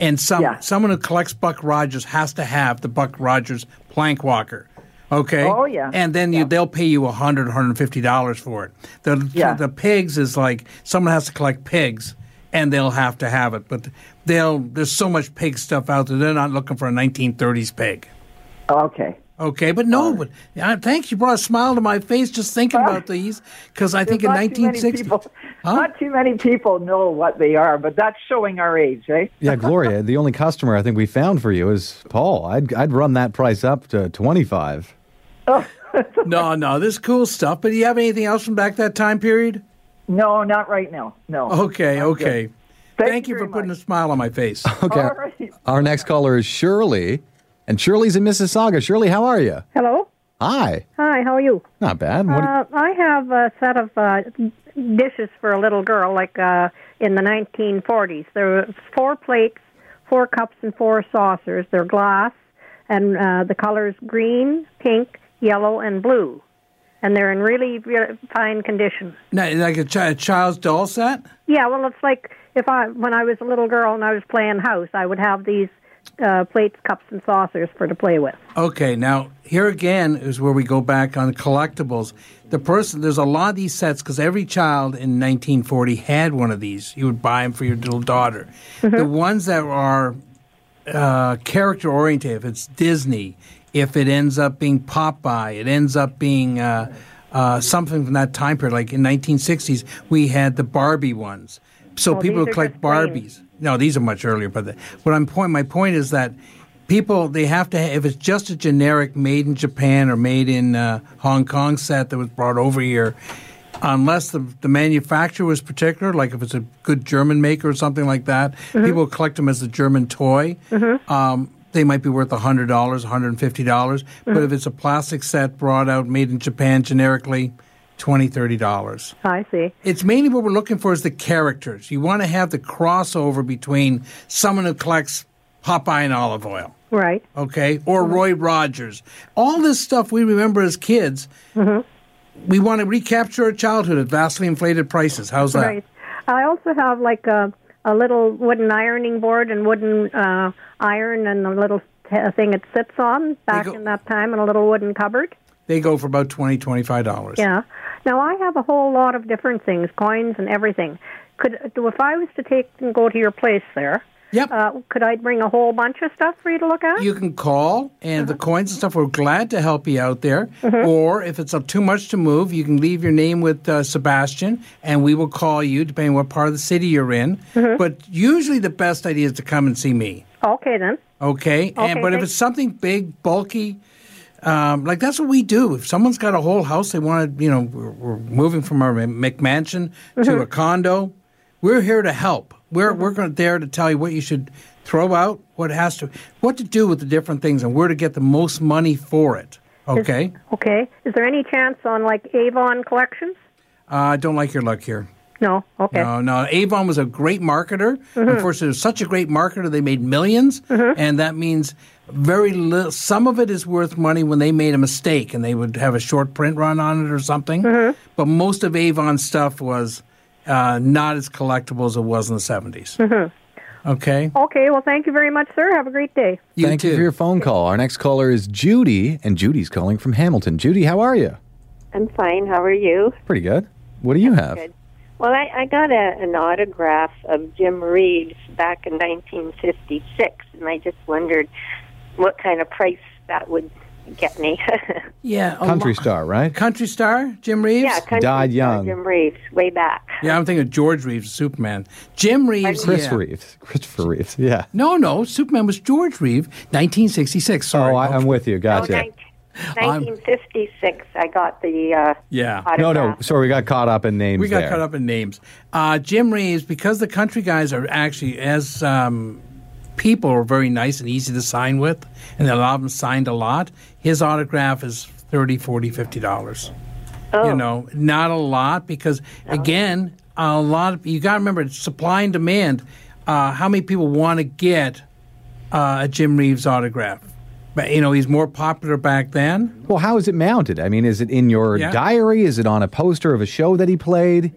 S3: and some someone who collects Buck Rogers has to have the Buck Rogers plank walker. Okay.
S12: Oh, yeah.
S3: And then you, they'll pay you a hundred, hundred and fifty dollars for it. The
S12: Yeah.
S3: the pigs is like someone has to collect pigs, and they'll have to have it. But they'll there's so much pig stuff out there. They're not looking for a 1930s pig.
S12: Okay.
S3: Okay, but no, but uh, thanks. You brought a smile to my face just thinking about these because I think in
S12: There's not too many
S3: 1960.
S12: people- Not too many people know what they are, but that's showing our age, eh?
S2: Yeah, Gloria, the only customer I think we found for you is Paul. I'd, I'd run that price up to 25.
S3: no, no, this is cool stuff. But do you have anything else from back that time period?
S12: No, not right now. No.
S3: Okay,
S12: I'm good.
S3: okay. Thank, you for putting a smile on my face.
S2: Okay. Our next caller is Shirley, and Shirley's in Mississauga. Shirley, how are you?
S13: Hello.
S2: Hi.
S13: Hi. How are you?
S2: Not bad. What,
S13: Uh, I have a set of uh, dishes for a little girl, like uh, in the 1940s. There were four plates, four cups, and four saucers. They're glass, and uh, the colors green, pink, yellow, and blue, and they're in really, really fine condition.
S3: Now, like a, chi- a child's doll set?
S13: Yeah, well, it's like if I when I was a little girl and I was playing house, I would have these uh, plates, cups, and saucers for to play with.
S3: Okay, now here again is where we go back on collectibles. The person, there's a lot of these sets because every child in 1940 had one of these. You would buy them for your little daughter.
S14: Mm-hmm.
S3: The ones that are uh, character oriented, if it's Disney, if it ends up being Popeye, it ends up being uh, uh, something from that time period. Like in 1960s, we had the Barbie ones. So
S14: Oh,
S3: people
S14: these
S3: who
S14: are
S3: collect
S14: just plain.
S3: Barbies. No, these are much earlier. But the, what I'm point my point is that people they have to if it's just a generic made in Japan or made in uh, Hong Kong set that was brought over here, unless the the manufacturer was particular, like if it's a good German maker or something like that,
S13: Mm-hmm.
S3: people collect them as a German toy. Um, they might be worth hundred dollars, one hundred and fifty dollars. But
S13: Mhm.
S3: if it's a plastic set brought out made in Japan generically, twenty thirty dollars.
S13: I see.
S3: It's mainly what we're looking for is the characters. You want to have the crossover between someone who collects Popeye and olive oil,
S13: Right.
S3: okay, or
S13: Mm-hmm.
S3: Roy Rogers. All this stuff we remember as kids.
S13: Mm-hmm.
S3: We want to recapture our childhood at vastly inflated prices. How's that?
S13: Right. I also have like a a little wooden ironing board and wooden uh, iron and a little t- thing it sits on back in that time in a little wooden cupboard.
S3: They go for about twenty, twenty-five dollars.
S13: Yeah. Now I have a whole lot of different things, coins and everything. Could if I was to take and go to your place there,
S3: Yep.
S13: Uh, could I bring a whole bunch of stuff for you to look at?
S3: You can call, and
S13: Uh-huh.
S3: the coins and stuff, we're glad to help you out there. Or if it's up too much to move, you can leave your name with uh, Sebastian, and we will call you, depending what part of the city you're in.
S13: Uh-huh.
S3: But usually the best idea is to come and see me.
S13: Okay then.
S3: Okay.
S13: Okay,
S3: and but if
S13: thank-
S3: it's something big, bulky, um, like that's what we do. If someone's got a whole house, they want to, you know, we're, we're moving from our McMansion to
S13: Mhm.
S3: a condo. We're here to help. We're we're going there to tell you what you should throw out, what has to, what to do with the different things, and where to get the most money for it. Okay.
S13: Okay. Is there any chance on like Avon collections?
S3: Uh, I don't like your luck here.
S13: No. Okay.
S3: No, no. Avon was a great marketer.
S14: Mm-hmm.
S13: Mhm.
S3: Unfortunately, it was such a great marketer, they made 1000000s and that means very little. Some of it is worth money when they made a mistake, and they would have a short print run on it or something.
S14: Mm-hmm.
S3: But most of Avon stuff was uh, not as collectible as it was in the 70s
S13: Mhm.
S14: Mm-hmm.
S3: Okay.
S13: Okay. Well, thank you very much, sir. Have a great day.
S2: Thank you for your phone call. Our next caller is Judy, and Judy's calling from Hamilton. Judy, how are you?
S14: I'm fine. How are you?
S2: Pretty good. What do you have?
S14: Good. Well, I, I got a, an autograph of Jim Reeves back in 1956, and I just wondered what kind of price that would get me.
S3: Yeah. oh.
S2: Country star, right?
S3: Country star, Jim Reeves?
S14: yeah, country
S2: Died
S14: star
S2: young.
S14: Jim Reeves, way back.
S3: Yeah, I'm thinking of George Reeves, Superman. Jim Reeves.
S2: Chris
S3: yeah.
S2: Reeves. Christopher Reeves. Yeah.
S3: No, no. Superman was George Reeves, 1966. Sorry. Oh, I,
S2: I'm with you. Gotcha.
S14: 1956, i got the. Uh,
S3: Yeah.
S2: No, no. Sorry, we got caught up in names
S3: We got
S2: there.
S3: caught up in names. Uh, Jim Reeves, because the country guys are actually as um, people are very nice and easy to sign with, and a lot of them signed a lot. His autograph is 30 40 50 dollars. You know, not a lot because again, a lot of you got to remember it's supply and demand. Uh, how many people want to get uh, a Jim Reeves autograph? But you know, he's more popular back then.
S2: Well, how is it mounted? I mean, is it in your
S3: Yeah.
S2: diary? Is it on a poster of a show that he played?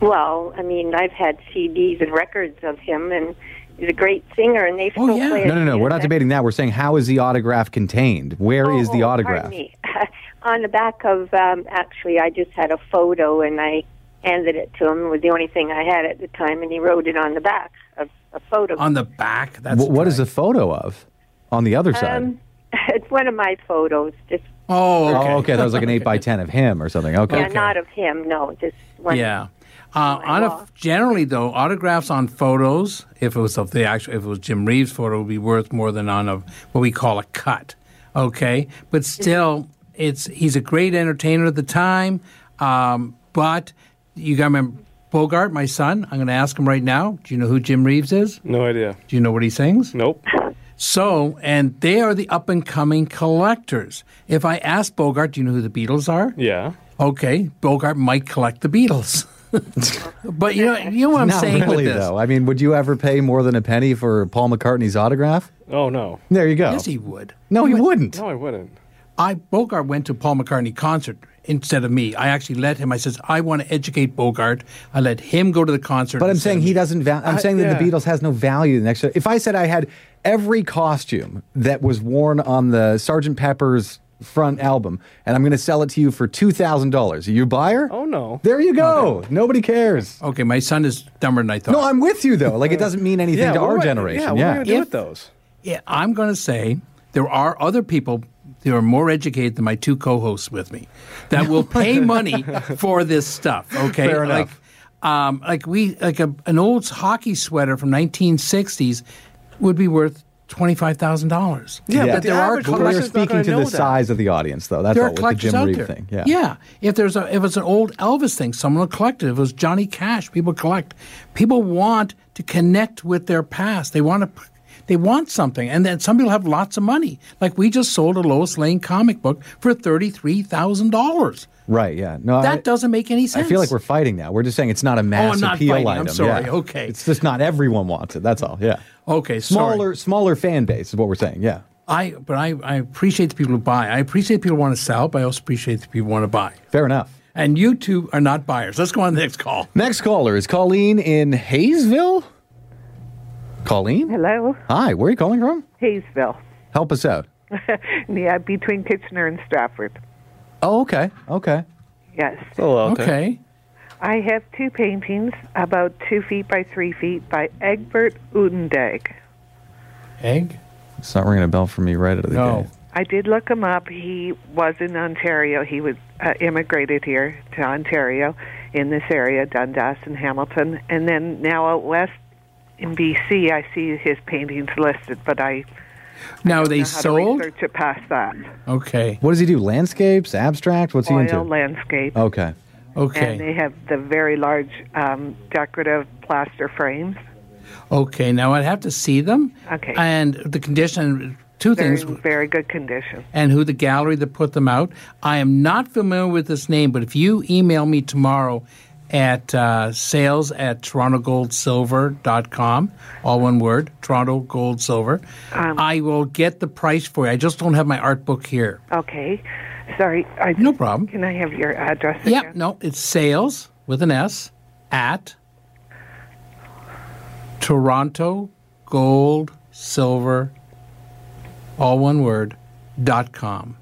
S14: Well, I mean, I've had CDs and records of him, and he's a great singer, and they still play it.
S2: No, no, no. We're not debating that. We're saying how is the autograph contained? Where is the autograph?
S14: Oh, Pardon me. On the back of, um, actually, I just had a photo, and I handed it to him. It was the only thing I had at the time, and he wrote it on the back of a photo.
S3: On the back.
S2: Wh- what is the photo of on the other side?
S14: Um, it's one of my photos. Just
S3: Oh,
S2: okay. Oh, okay. That was like an eight by ten of him or something. Okay.
S14: yeah, not of him. No, just one.
S3: Yeah. Uh, on a, generally, though, autographs on photos, if it was of the actual, if it was Jim Reeves' photo, would be worth more than on a what we call a cut. Okay, but still, it's he's a great entertainer at the time. Um, but you got to remember Bogart, my son. I'm going to ask him right now. Do you know who Jim Reeves is?
S5: No idea.
S3: Do you know what he sings?
S5: Nope.
S3: So, and they are the up and coming collectors. If I ask Bogart, do you know who the Beatles are?
S5: Yeah.
S3: Okay, Bogart might collect the Beatles. but you know, you know what I'm
S2: Not
S3: saying
S2: really,
S3: with this.
S2: though. I mean, would you ever pay more than a penny for Paul McCartney's autograph?
S5: Oh no.
S2: There you go.
S3: Yes, he would.
S2: No, he wouldn't.
S5: No, I wouldn't.
S3: I Bogart went to Paul McCartney concert instead of me. I actually let him. I says I want to educate Bogart. I let him go to the concert.
S2: But I'm saying he doesn't. Val- I'm
S3: I-
S2: saying that
S3: yeah.
S2: the Beatles has no value. The next, if I said I had every costume that was worn on the Sergeant Pepper's front album, and I'm going to sell it to you for two thousand dollars, you buyer? Oh no! There you go. Nobody cares.
S3: Okay, my son is dumber than I thought.
S2: No, I'm with you though. Like it doesn't mean anything
S3: Yeah,
S2: to
S3: what
S2: our
S3: do I-
S2: generation.
S3: yeah, what do I do with
S5: those?
S3: Yeah, I'm going to say there are other people who are more educated than my two co-hosts with me that will pay money for this stuff. Okay,
S2: Fair enough.
S3: like um, like we like a, an old hockey sweater from 1960s would be worth twenty five thousand dollars. but there are
S2: We're
S3: collectors
S2: speaking to the size of the audience, though. That's
S3: there
S2: all
S3: are
S2: with the
S3: collectors
S2: Jim
S3: out
S2: Reed
S3: there.
S2: thing. Yeah.
S3: If there's a if it's an old Elvis thing, someone will collect it. If it was Johnny Cash, people collect. People want to connect with their past. They want to they want something. And then some people have lots of money. Like we just sold a Lois Lane comic book for thirty three thousand dollars.
S2: Right. Yeah. No.
S3: that
S2: I,
S3: doesn't make any
S2: I
S3: sense.
S2: feel like we're fighting now. We're just saying it's not a mass
S3: not
S2: appeal
S3: fighting. I'm
S2: item.
S3: sorry.
S2: Yeah.
S3: Okay.
S2: It's just not everyone wants it. That's all. Yeah.
S3: Okay, sorry.
S2: Smaller, smaller fan base is what we're saying. Yeah.
S3: I but I, I appreciate the people who buy. I appreciate people who want to sell, but I also appreciate the people who want to buy.
S2: Fair enough.
S3: And you two are not buyers. Let's go on to the next call.
S2: Next caller is Colleen in Hayesville. Colleen.
S15: Hello,
S2: Hi. Where are you calling from?
S15: Hayesville.
S2: Help us out.
S15: yeah, between Kitchener and Stratford.
S2: Oh, okay. Okay.
S15: Yes.
S2: Hello.
S3: Okay.
S15: I have two paintings about two feet by three feet by Egbert Udendeg.
S3: Egg?
S2: It's not ringing a bell for me right out of the gate.
S15: I did look him up. He was in Ontario. He was uh, immigrated here to Ontario in this area, Dundas and Hamilton, and then now out west in BC. I see his paintings listed, but I
S3: now they
S15: know how to
S3: sold.
S15: research it past that.
S3: Okay.
S2: What does he do? Landscapes, abstract? What's
S15: Oil
S2: he into? Oh,
S15: landscape.
S2: Okay.
S15: And they have the very large um, decorative plaster frames.
S3: Okay. Now I'd have to see them.
S15: Okay.
S3: And the condition. Two
S15: They're
S3: things.
S15: in very good condition.
S3: and who the gallery that put them out. I am not familiar with this name, but if you email me tomorrow at uh, sales at torontogoldsilver.com, all one word, Toronto Gold Silver,
S15: Um.
S3: I will get the price for you. I just don't have my art book here.
S15: Okay. Sorry. I
S3: no problem.
S15: Can I have your address?
S3: Yep, no, it's sales with an S at Toronto Gold Silver, all one word, dot com.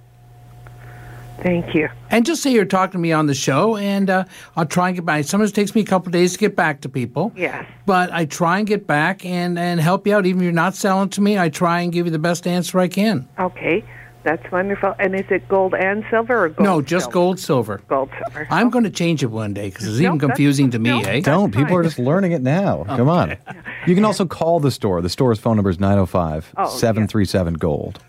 S15: Thank you.
S3: And just say you're talking to me on the show, and uh, I'll try and get back. Sometimes it takes me a couple of days to get back to people.
S15: Yes.
S3: But I try and get back and, and help you out. Even if you're not selling to me, I try and give you the best answer I can.
S15: Okay. That's wonderful. And is it gold and silver or gold?
S3: no, just gold, silver.
S15: Gold, silver.
S3: I'm going to change it one day because it's
S15: No,
S3: even
S15: that's-
S3: confusing to me,
S15: no,
S3: eh?
S2: Don't. People are just learning it now. Come on. You can also call the store. The store's phone number is 905 737 Gold.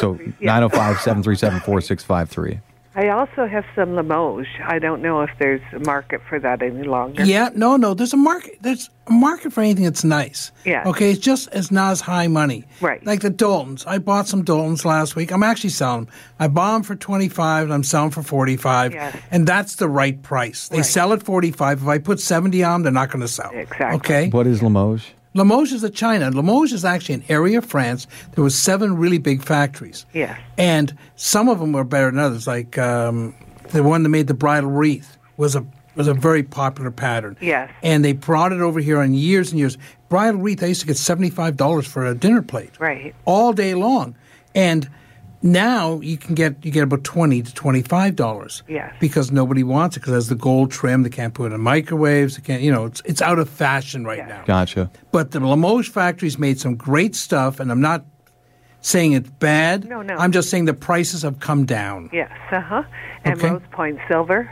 S2: So 905 737 4653.
S15: I also have some Limoges. I don't know if there's a market for that any longer.
S3: Yeah, no, no. There's a market. There's a market for anything that's nice.
S15: Yeah.
S3: Okay, it's just it's not as high money.
S15: Right.
S3: Like the Daltons. I bought some Daltons last week. I'm actually selling them. I bought them for twenty five, and I'm selling for forty five.
S15: Yes.
S3: And that's the right price. They sell at forty five. If I put seventy on, them, they're not going to sell. Exactly. Okay.
S2: What is Limoges?
S3: Limoges is a China. Limoges is actually an area of France. There was seven really big factories.
S15: Yes.
S3: And some of them were better than others. Like um, the one that made the bridal wreath was a was a very popular pattern.
S15: Yes.
S3: And they brought it over here on years and years. Bridal wreath, I used to get seventy five dollars for a dinner plate
S15: Right.
S3: all day long, and now you can get you get about twenty to twenty five dollars.
S15: Yes.
S3: Because nobody wants it because it has the gold trim. They can't put it in microwaves. They can't. You know, it's it's out of fashion right now.
S2: Gotcha.
S3: But the Limoges factory's made some great stuff, and I'm not saying it's bad.
S15: No, no.
S3: I'm just saying the prices have come down.
S15: Yes. Uh huh. And
S3: Okay.
S15: Rose Point silver.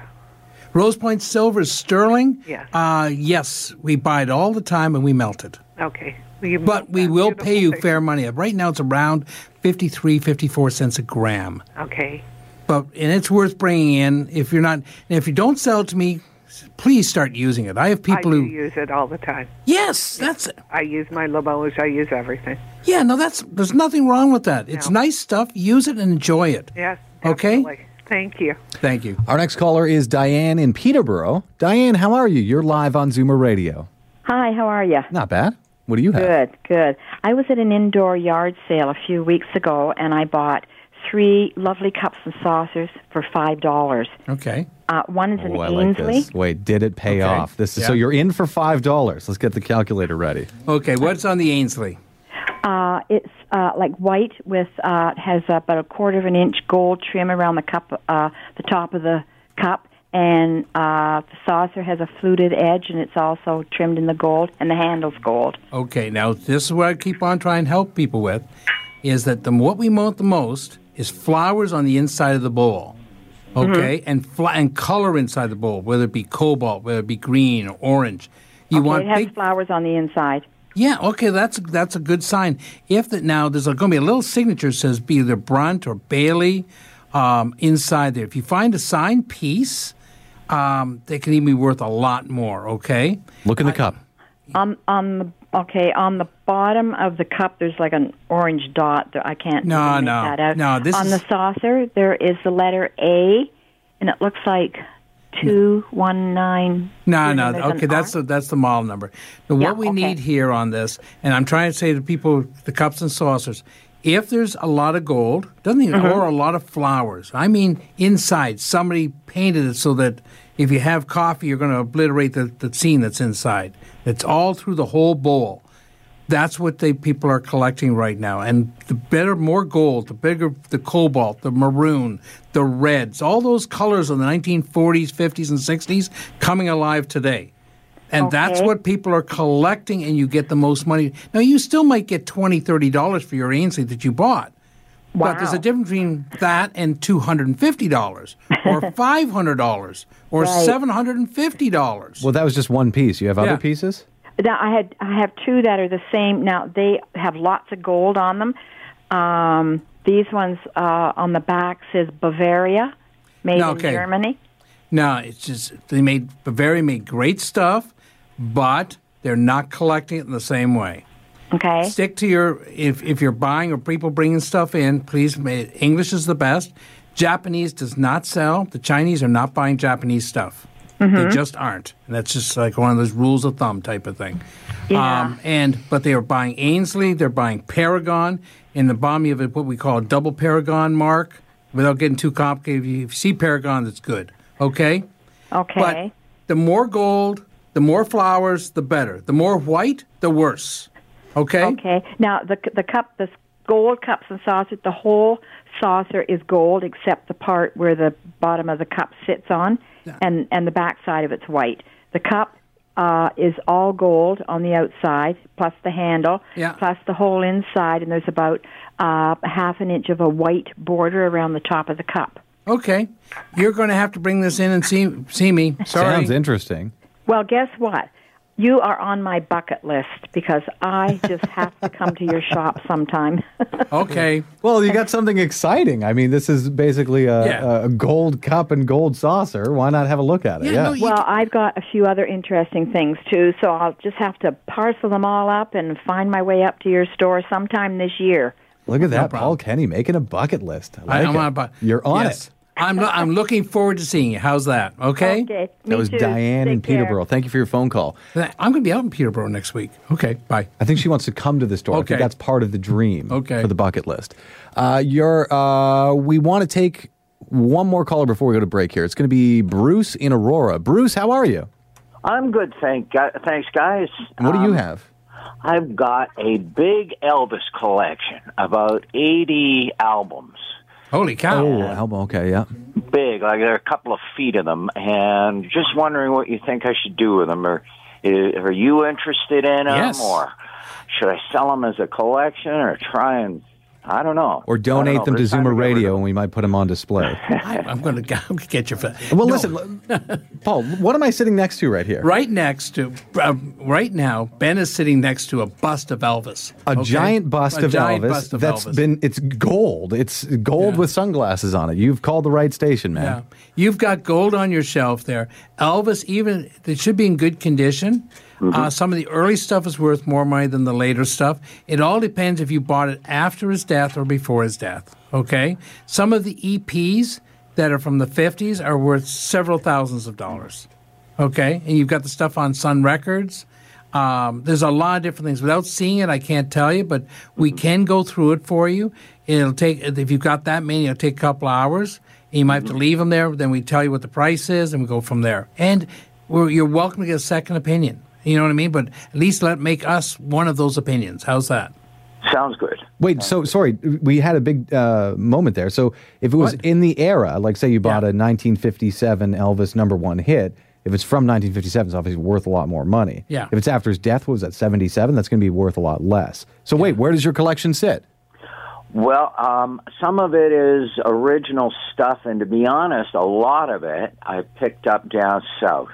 S3: Rose Point silver is sterling.
S15: Yes.
S3: Uh, yes, we buy it all the time and we melt it.
S15: Okay. Will you-
S3: But we will pay you fair money. Right now it's around 53, 54 cents a gram.
S15: Okay.
S3: But and it's worth bringing in if you're not and if you don't sell it to me, s- please start using it. I have people
S15: I do
S3: who
S15: use it all the time.
S3: Yes, that's.
S15: I use my Limoges. I use everything.
S3: Yeah, no that's there's nothing wrong with that. It's nice stuff. Use it and enjoy it.
S15: Yes.
S3: Okay?
S15: definitely. Thank you.
S3: Thank you.
S2: Our next caller is Diane in Peterborough. Diane, how are you? You're live on Zoomer Radio.
S16: Hi, how are you?
S2: Not bad. What do you have?
S16: Good, good. I was at an indoor yard sale a few weeks ago and I bought three lovely cups and saucers for $5.
S3: Okay.
S16: Uh, one is an
S2: Oh, I like
S16: Ainsley.
S2: this. Wait, did it pay
S3: Okay.
S2: off? This is, So
S3: Yeah.
S2: you're in for $5. Let's get the calculator ready.
S3: Okay, what's on the Ainsley?
S16: Uh, it's uh, like white with, uh, it has about a quarter of an inch gold trim around the cup, uh, the top of the cup. And uh, the saucer has a fluted edge and it's also trimmed in the gold and the handle's gold.
S3: Okay, now this is what I keep on trying to help people with, is that the what we want the most is flowers on the inside of the bowl, okay, and fla- and color inside the bowl, whether it be cobalt, whether it be green or orange. You
S16: okay,
S3: want
S16: it has
S3: big
S16: flowers on the inside.
S3: yeah, okay, that's that's a good sign. If that now there's going to be a little signature that says be either Brunt or Bailey um, inside there. If you find a signed piece, um, they can even be worth a lot more. Okay,
S2: look in the cup.
S16: Um, on the okay, on the bottom of the cup, there's like an orange dot. There, I can't
S3: No,
S16: really make
S3: no,
S16: that out.
S3: no, this
S16: on
S3: is-
S16: the saucer, there is the letter A, and it looks like two one nine.
S3: No,
S16: and
S3: no.
S16: there's an
S3: Okay, that's the that's the model number. Now,
S16: Yeah,
S3: what we
S16: okay.
S3: need here on this, and I'm trying to say to people, the cups and saucers, if there's a lot of gold, doesn't even
S11: Mhm.
S3: or a lot of flowers. I mean, inside somebody painted it so that if you have coffee, you're going to obliterate the, the scene that's inside. It's all through the whole bowl. That's what they people are collecting right now. And the better, more gold, the bigger the cobalt, the maroon, the reds, all those colors of the 1940s, 50s, and 60s coming alive today. And that's
S17: Okay.
S3: what people are collecting, and you get the most money. Now, you still might get $20, $30 for your Ainsley that you bought. But there's a
S17: Wow.
S3: difference between that and $250 or $500 or
S16: Right.
S3: $750.
S2: Well, that was just one piece. You have
S3: Yeah.
S2: other pieces?
S16: Now I had I have two that are the same. Now they have lots of gold on them. Um, these ones uh, on the back says Bavaria, made
S3: Now,
S16: in
S3: okay.
S16: Germany.
S3: No, it's just they made Bavaria made great stuff, but they're not collecting it in the same way.
S16: Okay.
S3: Stick to your if if you're buying or people bringing stuff in, please ma- English is the best. Japanese does not sell. The Chinese are not buying Japanese stuff. They
S18: Mm-hmm.
S17: Mhm.
S3: just aren't. And that's just like one of those rules of thumb type of thing.
S17: Yeah.
S3: Um, and but they are buying Ainsley, they're buying Paragon. In the bottom you have what we call a double Paragon mark. Without getting too complicated, if you if you see Paragon, that's good. Okay.
S16: Okay.
S3: But the more gold, the more flowers, the better. The more white, the worse. Okay.
S16: Okay. Now the the cup, the gold cups and saucers. The whole saucer is gold except the part where the bottom of the cup sits on, and and the back side of it's white. The cup uh, is all gold on the outside, plus the handle,
S17: Yeah.
S16: plus the whole inside, and there's about uh, half an inch of a white border around the top of the cup.
S3: Okay. You're going to have to bring this in and see see me. Sorry.
S2: Sounds interesting.
S16: Well, guess what? You are on my bucket list because I just have to come to your shop sometime.
S3: Okay.
S2: Well, you got something exciting. I mean, this is basically a,
S16: Yeah.
S2: a gold cup and gold saucer. Why not have a look at it?
S16: well, I've got a few other interesting things too, so I'll just have to parcel them all up and find my way up to your store sometime this year.
S2: Look at that, Paul Kenny making a bucket list. I like
S3: I, am
S2: it.
S3: on about.
S2: You're on
S3: yes.
S2: it.
S3: I'm lo- I'm looking forward to seeing you. How's that? Okay.
S16: Okay.
S2: That was Diane in Peterborough. Thank you for your phone call.
S3: Uh, I'm going to be out in Peterborough next week. Okay, bye.
S2: I think she wants to come to the store. I
S3: Okay.
S2: think that's part of the dream okay. for the bucket list. Uh, your, uh, we want to take one more caller before we go to break here. It's going to be Bruce in Aurora. Bruce, how are you?
S19: I'm good, thank gu- thanks, guys. Um,
S2: And what do you have?
S19: I've got a big Elvis collection, about 80 albums,
S3: Holy cow.
S2: Oh, album. Okay, yeah.
S19: big, like there are a couple of feet of them, and just wondering what you think I should do with them, or i- are you interested in them,
S2: Yes.
S19: or should I sell them as a collection, or try and I don't know,
S2: Or
S19: I don't
S2: donate
S19: know.
S2: them to
S19: There's-
S2: Zoomer Radio and we might put them on display.
S3: I'm going to get your. fa-
S2: Well, listen, l- Paul, what am I sitting next to right here?
S3: Right next to, um, right now, Ben is sitting next to a bust of Elvis.
S2: A
S3: okay?
S2: giant bust
S3: a
S2: of
S3: giant
S2: Elvis
S3: Bust of
S2: that's
S3: Elvis.
S2: been, it's gold. It's gold with sunglasses on it. You've called the right station, man.
S3: Yeah. You've got gold on your shelf there. Elvis, even, it should be in good condition.
S2: Mm-hmm.
S3: Uh, some of the early stuff is worth more money than the later stuff. It all depends if you bought it after his death or before his death. Okay? Some of the EPs that are from the 50s are worth several thousands of dollars. Okay? And you've got the stuff on Sun Records. Um, there's a lot of different things. Without seeing it, I can't tell you, but we can go through it for you. It'll take if you've got that many, it'll take a couple hours. You might have to leave them there. Then we tell you what the price is, and we go from there. And we're, you're welcome to get a second opinion. You know what I mean? But at least let make us one of those opinions. How's that?
S19: Sounds good.
S2: Wait, so sorry, we had a big uh, moment there. So if it was in the era, like say you bought a 1957 Elvis number one hit, if it's from 1957, it's obviously worth a lot more money.
S19: Yeah.
S2: If it's after his death, what was that 77? That's going to be worth a lot less. So wait, where does your collection sit?
S19: Well, um, some of it is original stuff, and to be honest, a lot of it I picked up down south.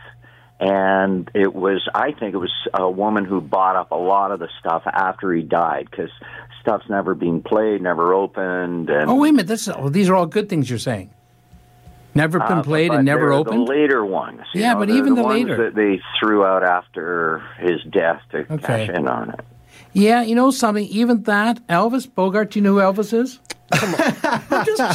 S19: And it was, I think it was a woman who bought up a lot of the stuff after he died because stuff's never been played, never opened. And,
S3: Oh, wait a minute. This is, oh, these are all good things you're saying. Never been
S19: uh,
S3: played
S19: but
S3: and never
S19: they're
S3: opened.
S19: The later ones. you
S3: Yeah,
S19: know,
S3: but
S19: they're
S3: even
S19: the,
S3: the
S19: ones
S3: later.
S19: that they threw out after his death to cash in on it.
S3: Yeah, you know something? Even that, Elvis Bogart, do you know who Elvis is? Come on. I'm just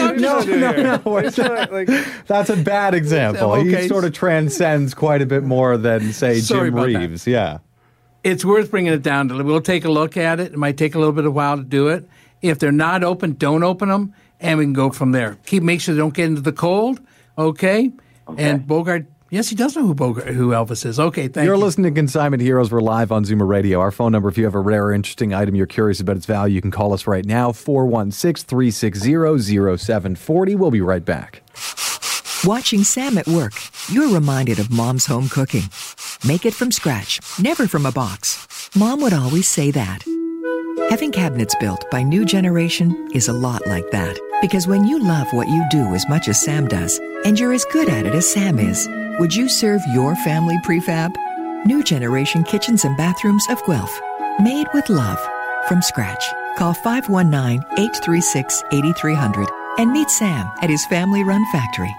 S3: I'm
S2: No,
S3: just
S2: no, no. we're not- That's a bad example.
S3: Okay.
S2: He sort of transcends quite a bit more than, say,
S3: Sorry
S2: Jim
S3: about that.
S2: Reeves. Yeah.
S3: It's worth bringing it down to. We'll take a look at it. It might take a little bit of while to do it. If they're not open, don't open them, and we can go from there. Keep make sure they don't get into the cold, okay? And Bogart, Yes, he does know who, Bogart, who Elvis is. Okay, thank
S2: you're
S3: you.
S2: listening to Consignment Heroes. We're live on Zoomer Radio. Our phone number, if you have a rare or interesting item you're curious about its value, you can call us right now, 416 360 0740. We'll be right back.
S17: Watching Sam at work, you're reminded of mom's home cooking. Make it from scratch, never from a box. Mom would always say that. Having cabinets built by new generation is a lot like that. Because when you love what you do as much as Sam does, and you're as good at it as Sam is, would you serve your family prefab? New generation kitchens and bathrooms of Guelph. Made with love. From scratch. Call 519 836 8300 and meet Sam at his family run factory.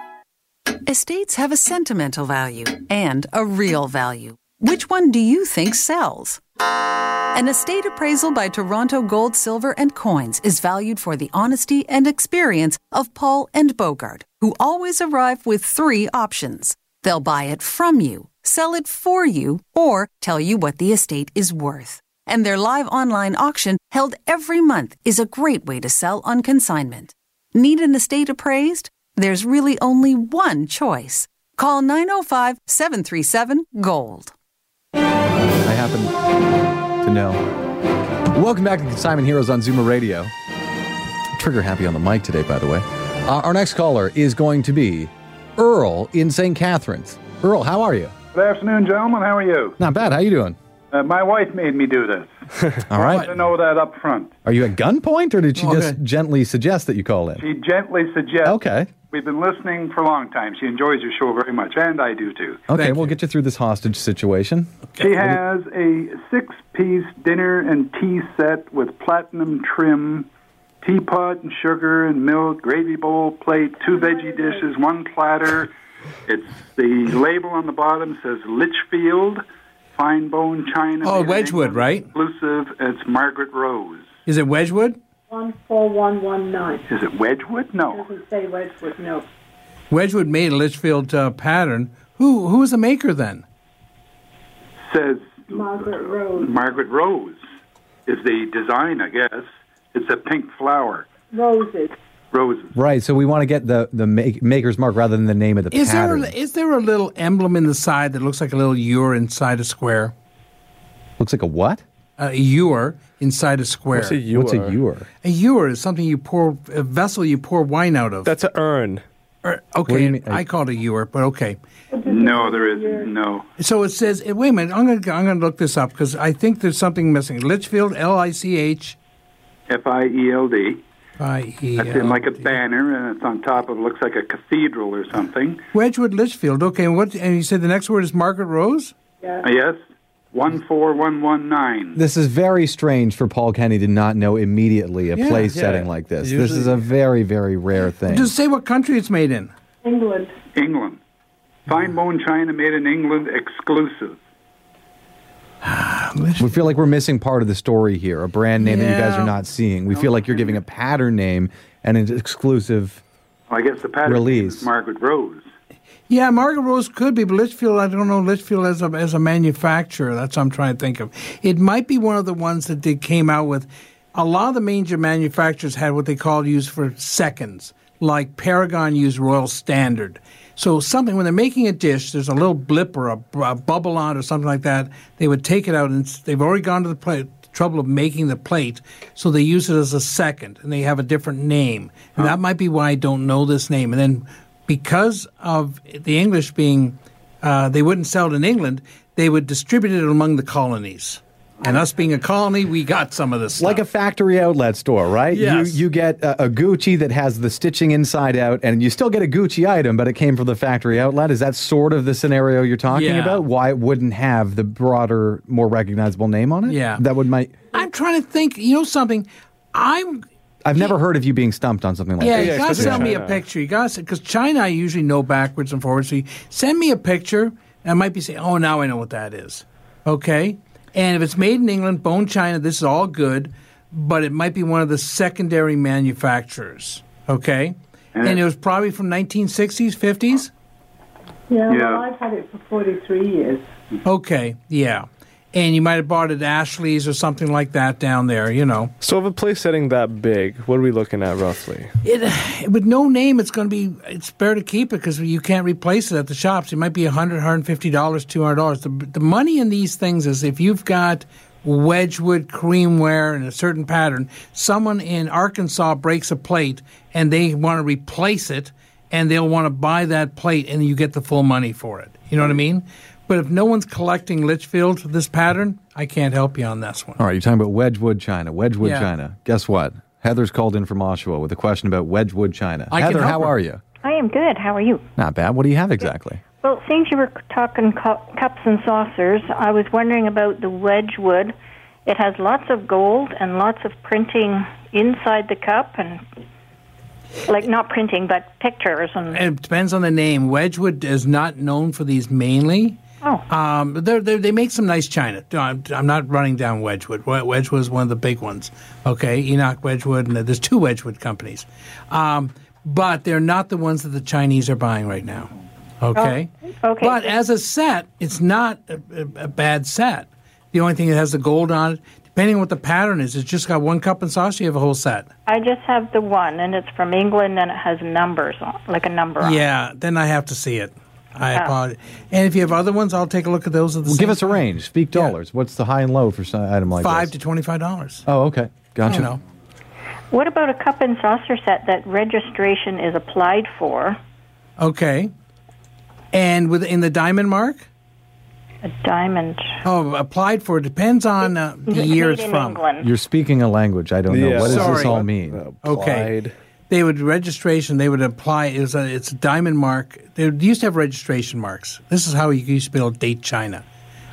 S10: Estates have a sentimental value and a real value. Which one do you think sells? An estate appraisal by Toronto Gold, Silver, and Coins is valued for the honesty and experience of Paul and Bogart, who always arrive with three options. They'll buy it from you, sell it for you, or tell you what the estate is worth. And their live online auction, held every month, is a great way to sell on consignment. Need an estate appraised? There's really only one choice. Call 905 737 GOLD.
S2: I happen to know. Welcome back to Consignment Heroes on Zoomer Radio. Trigger happy on the mic today, by the way. Uh, our next caller is going to be Earl in St. Catharines. Earl, how are you?
S20: Good afternoon, gentlemen. How are you?
S2: Not bad. How you doing?
S20: Uh, my wife made me do this.
S2: All
S20: I want
S2: right.
S20: to know that up front.
S2: Are you at gunpoint, or did
S3: Oh,
S2: she
S20: Okay.
S2: just gently suggest that you call in?
S20: She gently suggests.
S2: Okay.
S20: We've been listening for a long time. She enjoys your show very much, and I do too.
S2: Okay, we'll get you through this hostage situation.
S20: She has a six piece dinner and tea set with platinum trim, teapot and sugar and milk, gravy bowl, plate, two veggie dishes, one platter. It's the label on the bottom says Litchfield, fine bone china.
S3: Oh,
S20: made in
S3: Wedgwood,
S20: England,
S3: right?
S20: Exclusive. It's Margaret Rose.
S3: Is it Wedgwood?
S21: 14119.
S20: Is it Wedgwood? No.
S21: Doesn't say Wedgwood, no.
S3: Wedgwood made a Litchfield uh, pattern. Who who was the maker then?
S20: Says
S21: Margaret Rose.
S20: Margaret Rose is the design, I guess. It's a pink flower.
S21: Roses.
S20: Roses.
S2: Right, so we want to get the the make, maker's mark rather than the name of the
S3: Is there
S2: pattern.
S3: a, is there a little emblem in the side that looks like a little ewer inside a square?
S2: Looks like a what?
S3: A ewer inside a square.
S2: What's a ewer? What's a ewer?
S3: A ewer is something you pour a vessel you pour wine out of. That's an urn.
S20: do you
S3: okay,
S20: mean?
S3: I call it a ewer, but okay.
S20: No, there isn't. No.
S3: So it says. eh, Wait a minute. I'm going to I'm going to look this up because I think there's something missing. Litchfield, L I C H
S20: F I E L D.
S3: I E.
S20: That's in like a banner, and it's on top of looks like a cathedral or something.
S3: Wedgwood Litchfield. Okay, and what? And you said the next word is Margaret Rose.
S20: Uh, Yes, one four one one nine.
S2: This is very strange for Paul Kenny to not know immediately a
S3: Yeah,
S2: play
S3: yeah.
S2: setting like this. this
S3: Usually-
S2: is a very, very rare thing.
S3: Just say what country it's made in.
S21: England.
S20: England. Fine bone china made in England, exclusive.
S2: We feel like we're missing part of the story here, a brand name that you guys
S20: Yeah.
S2: are not seeing. We feel like you're giving a pattern name and an exclusive.
S20: Well, I guess the pattern
S2: Release.
S20: is Margaret Rose.
S3: Yeah, Margaret Rose could be, but Litchfield, I don't know Litchfield as a, as a manufacturer. That's what I'm trying to think of. It might be one of the ones that they came out with. A lot of the major manufacturers had what they called used for seconds, like Paragon used Royal Standard. So something when they're making a dish, there's a little blip or a, bu- a bubble on it or something like that. They would take it out, and s- they've already gone to the pla trouble of making the plate, so they use it as a second, and they have a different name. And that might be why I don't know this name. And then because of the English being, uh, they wouldn't sell it in England. They would distribute it among the colonies. And us being a colony, we got some of this stuff.
S2: Like a factory outlet store, right?
S3: Yes.
S2: You, you get a, a Gucci that has the stitching inside out, and you still get a Gucci item, but it came from the factory outlet. Is that sort of the scenario you're talking
S3: Yeah.
S2: about? Why it wouldn't have the broader, more recognizable name on it?
S3: Yeah.
S2: That would might.
S3: I'm trying to think. You know something? I'm
S2: I've never heard of you being stumped on something like
S3: yeah.
S2: that.
S3: You gotta send me a picture. You gotta because China, I usually know backwards and forwards. So you send me a picture, and I might be saying, "Oh, now I know what that is." Okay. And if it's made in England, bone China, this is all good, but it might be one of the secondary manufacturers. Okay. And it was probably from 1960s, 50s.
S21: Yeah,
S3: Yeah.
S21: well, I've had it for 43 years.
S3: Okay, yeah. and you might have bought it at Ashley's or something like that down there, you know.
S5: So if a place setting that big, what are we looking at roughly?
S3: It, with no name, it's going to be, it's better to keep it because you can't replace it at the shops. It might be $100, $150, $200. The, the money in these things is if you've got Wedgwood creamware in a certain pattern, someone in Arkansas breaks a plate and they want to replace it and they'll want to buy that plate and you get the full money for it. You know what I mean? But if no one's collecting Litchfield, this pattern, I can't help you on this one.
S2: All right, you're talking about Wedgwood China. Wedgwood
S3: Yeah.
S2: China. Guess what? Heather's called in from Oshawa with a question about Wedgwood China.
S22: I can
S2: Heather,
S22: help
S2: how
S22: her.
S2: are you?
S22: I am good. How are you?
S2: Not bad. What do you have exactly?
S22: Well, since you were talking cup, cups and saucers, I was wondering about the Wedgwood. It has lots of gold and lots of printing inside the cup, and like not printing, but pictures and
S3: It depends on the name. Wedgwood is not known for these mainly.
S22: Oh.
S3: Um, they're, they're, they make some nice china. No, I'm, I'm not running down Wedgwood. Wed- Wedgwood is one of the big ones. Okay, Enoch Wedgwood, and there's two Wedgwood companies. Um, but they're not the ones that the Chinese are buying right now. Okay?
S22: Oh, okay.
S3: But as a set, it's not a, a, a bad set. The only thing that has the gold on it, depending on what the pattern is, it's just got one cup and sauce, you have a whole set.
S22: I just have the one, and it's from England, and it has numbers on, like a number on. it.
S3: Yeah, then I have to see it. I
S22: Yeah.
S3: apologize. And if you have other ones, I'll take a look at those. At the
S2: Well, give
S3: same
S2: us a range. Speak dollars. What's the high and low for some item like
S3: five
S2: this?
S3: to twenty-five dollars.
S2: Oh, okay. Gotcha.
S3: know.
S22: What about a cup and saucer set that registration is applied for?
S3: Okay. And with in the diamond mark,
S22: a diamond.
S3: Oh, applied for depends on uh, the year it's
S22: made in
S3: from.
S22: England.
S2: You're speaking a language I don't know.
S5: Yeah.
S2: What does this
S3: Sorry.
S2: all mean?
S3: Uh, Okay. They would registration. They would apply. It was a, it's a diamond mark. They used to have registration marks. This is how you used to be able to date China,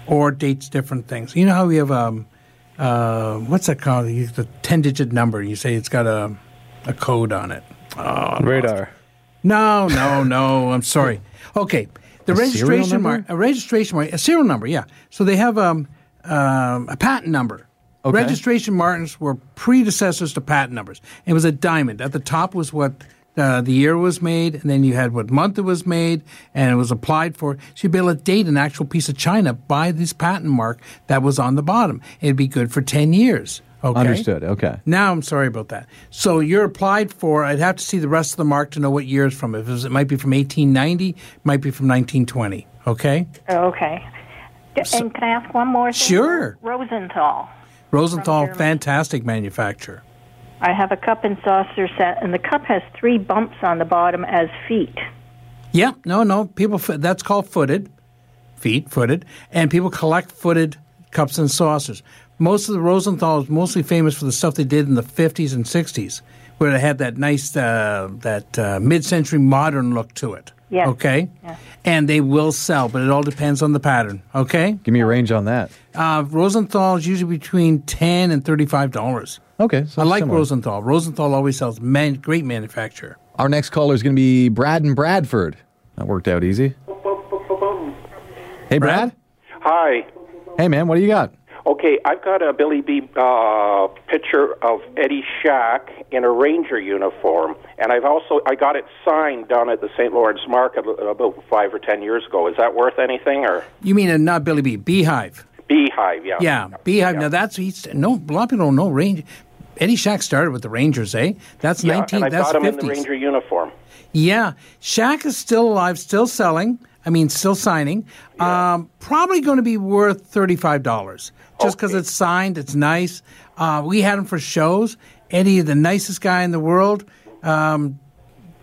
S3: or dates different things. You know how we have um, uh, what's that called? You use the ten-digit number. You say it's got a, a code on it. Oh,
S5: Radar.
S3: No, no, no. I'm sorry. Okay, the
S5: A serial
S3: registration
S5: number?
S3: mark. A registration mark. A serial number. Yeah. So they have um, um, a patent number.
S5: Okay.
S3: Registration marks were predecessors to patent numbers. It was a diamond. At the top was what uh, the year was made, and then you had what month it was made, and it was applied for. So you'd be able to date an actual piece of china by this patent mark that was on the bottom. It'd be good for 10 years. Okay.
S2: Understood. Okay.
S3: Now I'm sorry about that. So you're applied for. I'd have to see the rest of the mark to know what year it's from. If it, was, it might be from 1890, it might be from 1920. Okay.
S22: Oh, okay. D- and can I ask one more? Thing?
S3: Sure.
S22: Rosenthal.
S3: Rosenthal, fantastic manufacturer.
S22: I have a cup and saucer set, and the cup has three bumps on the bottom as feet.
S3: Yeah. No, no. People. fo- That's called footed, feet footed, and people collect footed cups and saucers. Most of the Rosenthal is mostly famous for the stuff they did in the 50s and 60s, where they had that nice uh, that uh, mid-century modern look to it.
S22: Yes.
S3: Okay. And they will sell, but it all depends on the pattern. Okay.
S2: Give me a range on that.
S3: Uh, Rosenthal is usually between ten and thirty-five dollars.
S2: Okay, so
S3: I like
S2: similar.
S3: Rosenthal. Rosenthal always sells man, great manufacturer.
S2: Our next caller is going to be Brad and Bradford. That worked out easy. Hey, Brad.
S18: Hi.
S2: Hey, man. What do you got?
S18: Okay, I've got a Billy B. Uh, picture of Eddie Shack in a Ranger uniform, and I've also I got it signed down at the St. Lawrence Market about five or ten years ago. Is that worth anything or
S3: You mean a not Billy B. Beehive?
S18: Beehive? Yeah.
S3: Yeah, Beehive. Now that's he's, no. A lot of people don't know Ranger. Eddie Shack started with the Rangers, eh? That's
S18: Yeah,
S3: nineteen.
S18: and I
S3: that's
S18: got him in the
S3: fifties.
S18: Ranger uniform.
S3: Yeah, Shaq is still alive, still selling. I mean, still signing. Um, probably going to be worth thirty-five dollars just because it's signed. It's nice. Uh, we had him for shows. Eddie, the nicest guy in the world, um,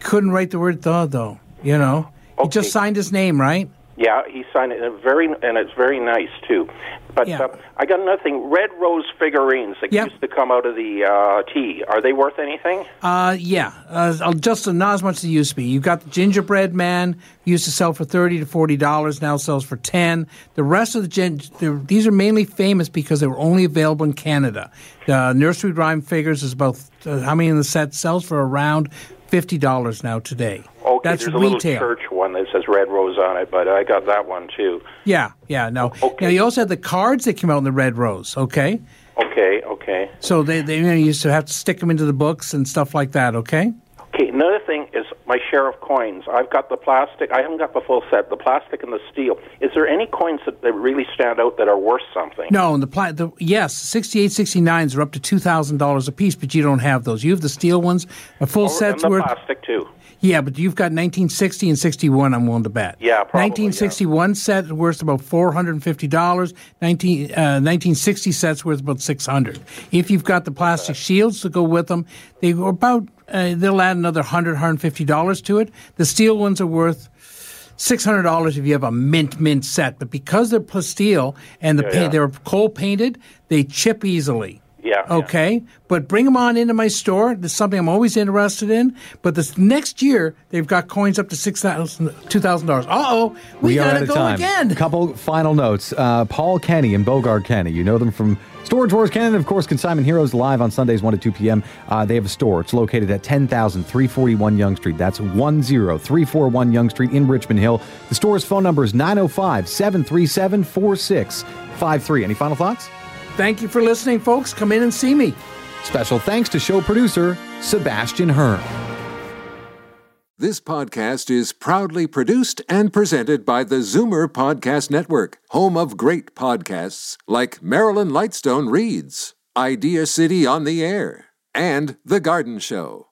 S3: couldn't write the word "the" though. You know, he just signed his name, right?
S18: Yeah, he signed it, and very and it's very nice too. But
S3: Yeah.
S18: uh, I got another thing: red rose figurines that used to come out of the uh, tea. Are they worth anything?
S3: Uh, yeah, uh, I'll- just not as much as it used to be. You've got the gingerbread man who used to sell for thirty to forty dollars, now sells for ten. The rest of the gin, the, these are mainly famous because they were only available in Canada. The nursery rhyme figures is about uh, how many in the set sells for around fifty dollars now today.
S18: Okay,
S3: that's
S18: there's a little
S3: retail.
S18: church one that says red rose on it, but I got that one too.
S3: Yeah, yeah, no. Now you also had the cards that came out in the red rose. Okay,
S18: Okay, okay.
S3: so they they you know, you used to have to stick them into the books and stuff like that. Okay.
S18: Okay, another thing is my share of coins. I've got the plastic. I haven't got the full set. The plastic and the steel. Is there any coins that, that really stand out that are worth something?
S3: No, and the, pla- the yes, 68, 69s are up to two thousand dollars a piece, but you don't have those. You have the steel ones, a full
S18: Or-
S3: set's
S18: Oh, and the
S3: worth.
S18: plastic too.
S3: Yeah, but you've got 1960 and 61. I'm willing to bet.
S18: Yeah, probably.
S3: 1961 set worth about four hundred and fifty dollars. 19 uh, 1960 sets worth about six hundred. If you've got the plastic shields to go with them, they go about uh, they'll add another 100 150 dollars to it. The steel ones are worth. Six hundred dollars if you have a mint mint set, but because they're pl- steel and the
S18: Yeah,
S3: pa-
S18: yeah.
S3: they're coal painted, they chip easily.
S18: Yeah.
S3: Okay. But bring them on into my store. This is something I'm always interested in. But this next year, they've got coins up to six thousand, two thousand dollars. Uh oh, we,
S2: are
S3: gotta
S2: out of
S3: go
S2: time.
S3: again.
S2: Couple final notes. Uh, Paul Kenny and Bogart Kenny. You know them from Storage Wars Canada, and of course, Consignment Heroes live on Sundays, 1 to 2 p.m. Uh, they have a store. It's located at 10341 Young Street. That's 10341 Young Street in Richmond Hill. The store's phone number is 905 737 4653. Any final thoughts?
S3: Thank you for listening, folks. Come in and see me.
S2: Special thanks to show producer Sebastian Hearn.
S1: This podcast is proudly produced and presented by the Zoomer Podcast Network, home of great podcasts like Marilyn Lightstone Reads, Idea City on the Air, and The Garden Show.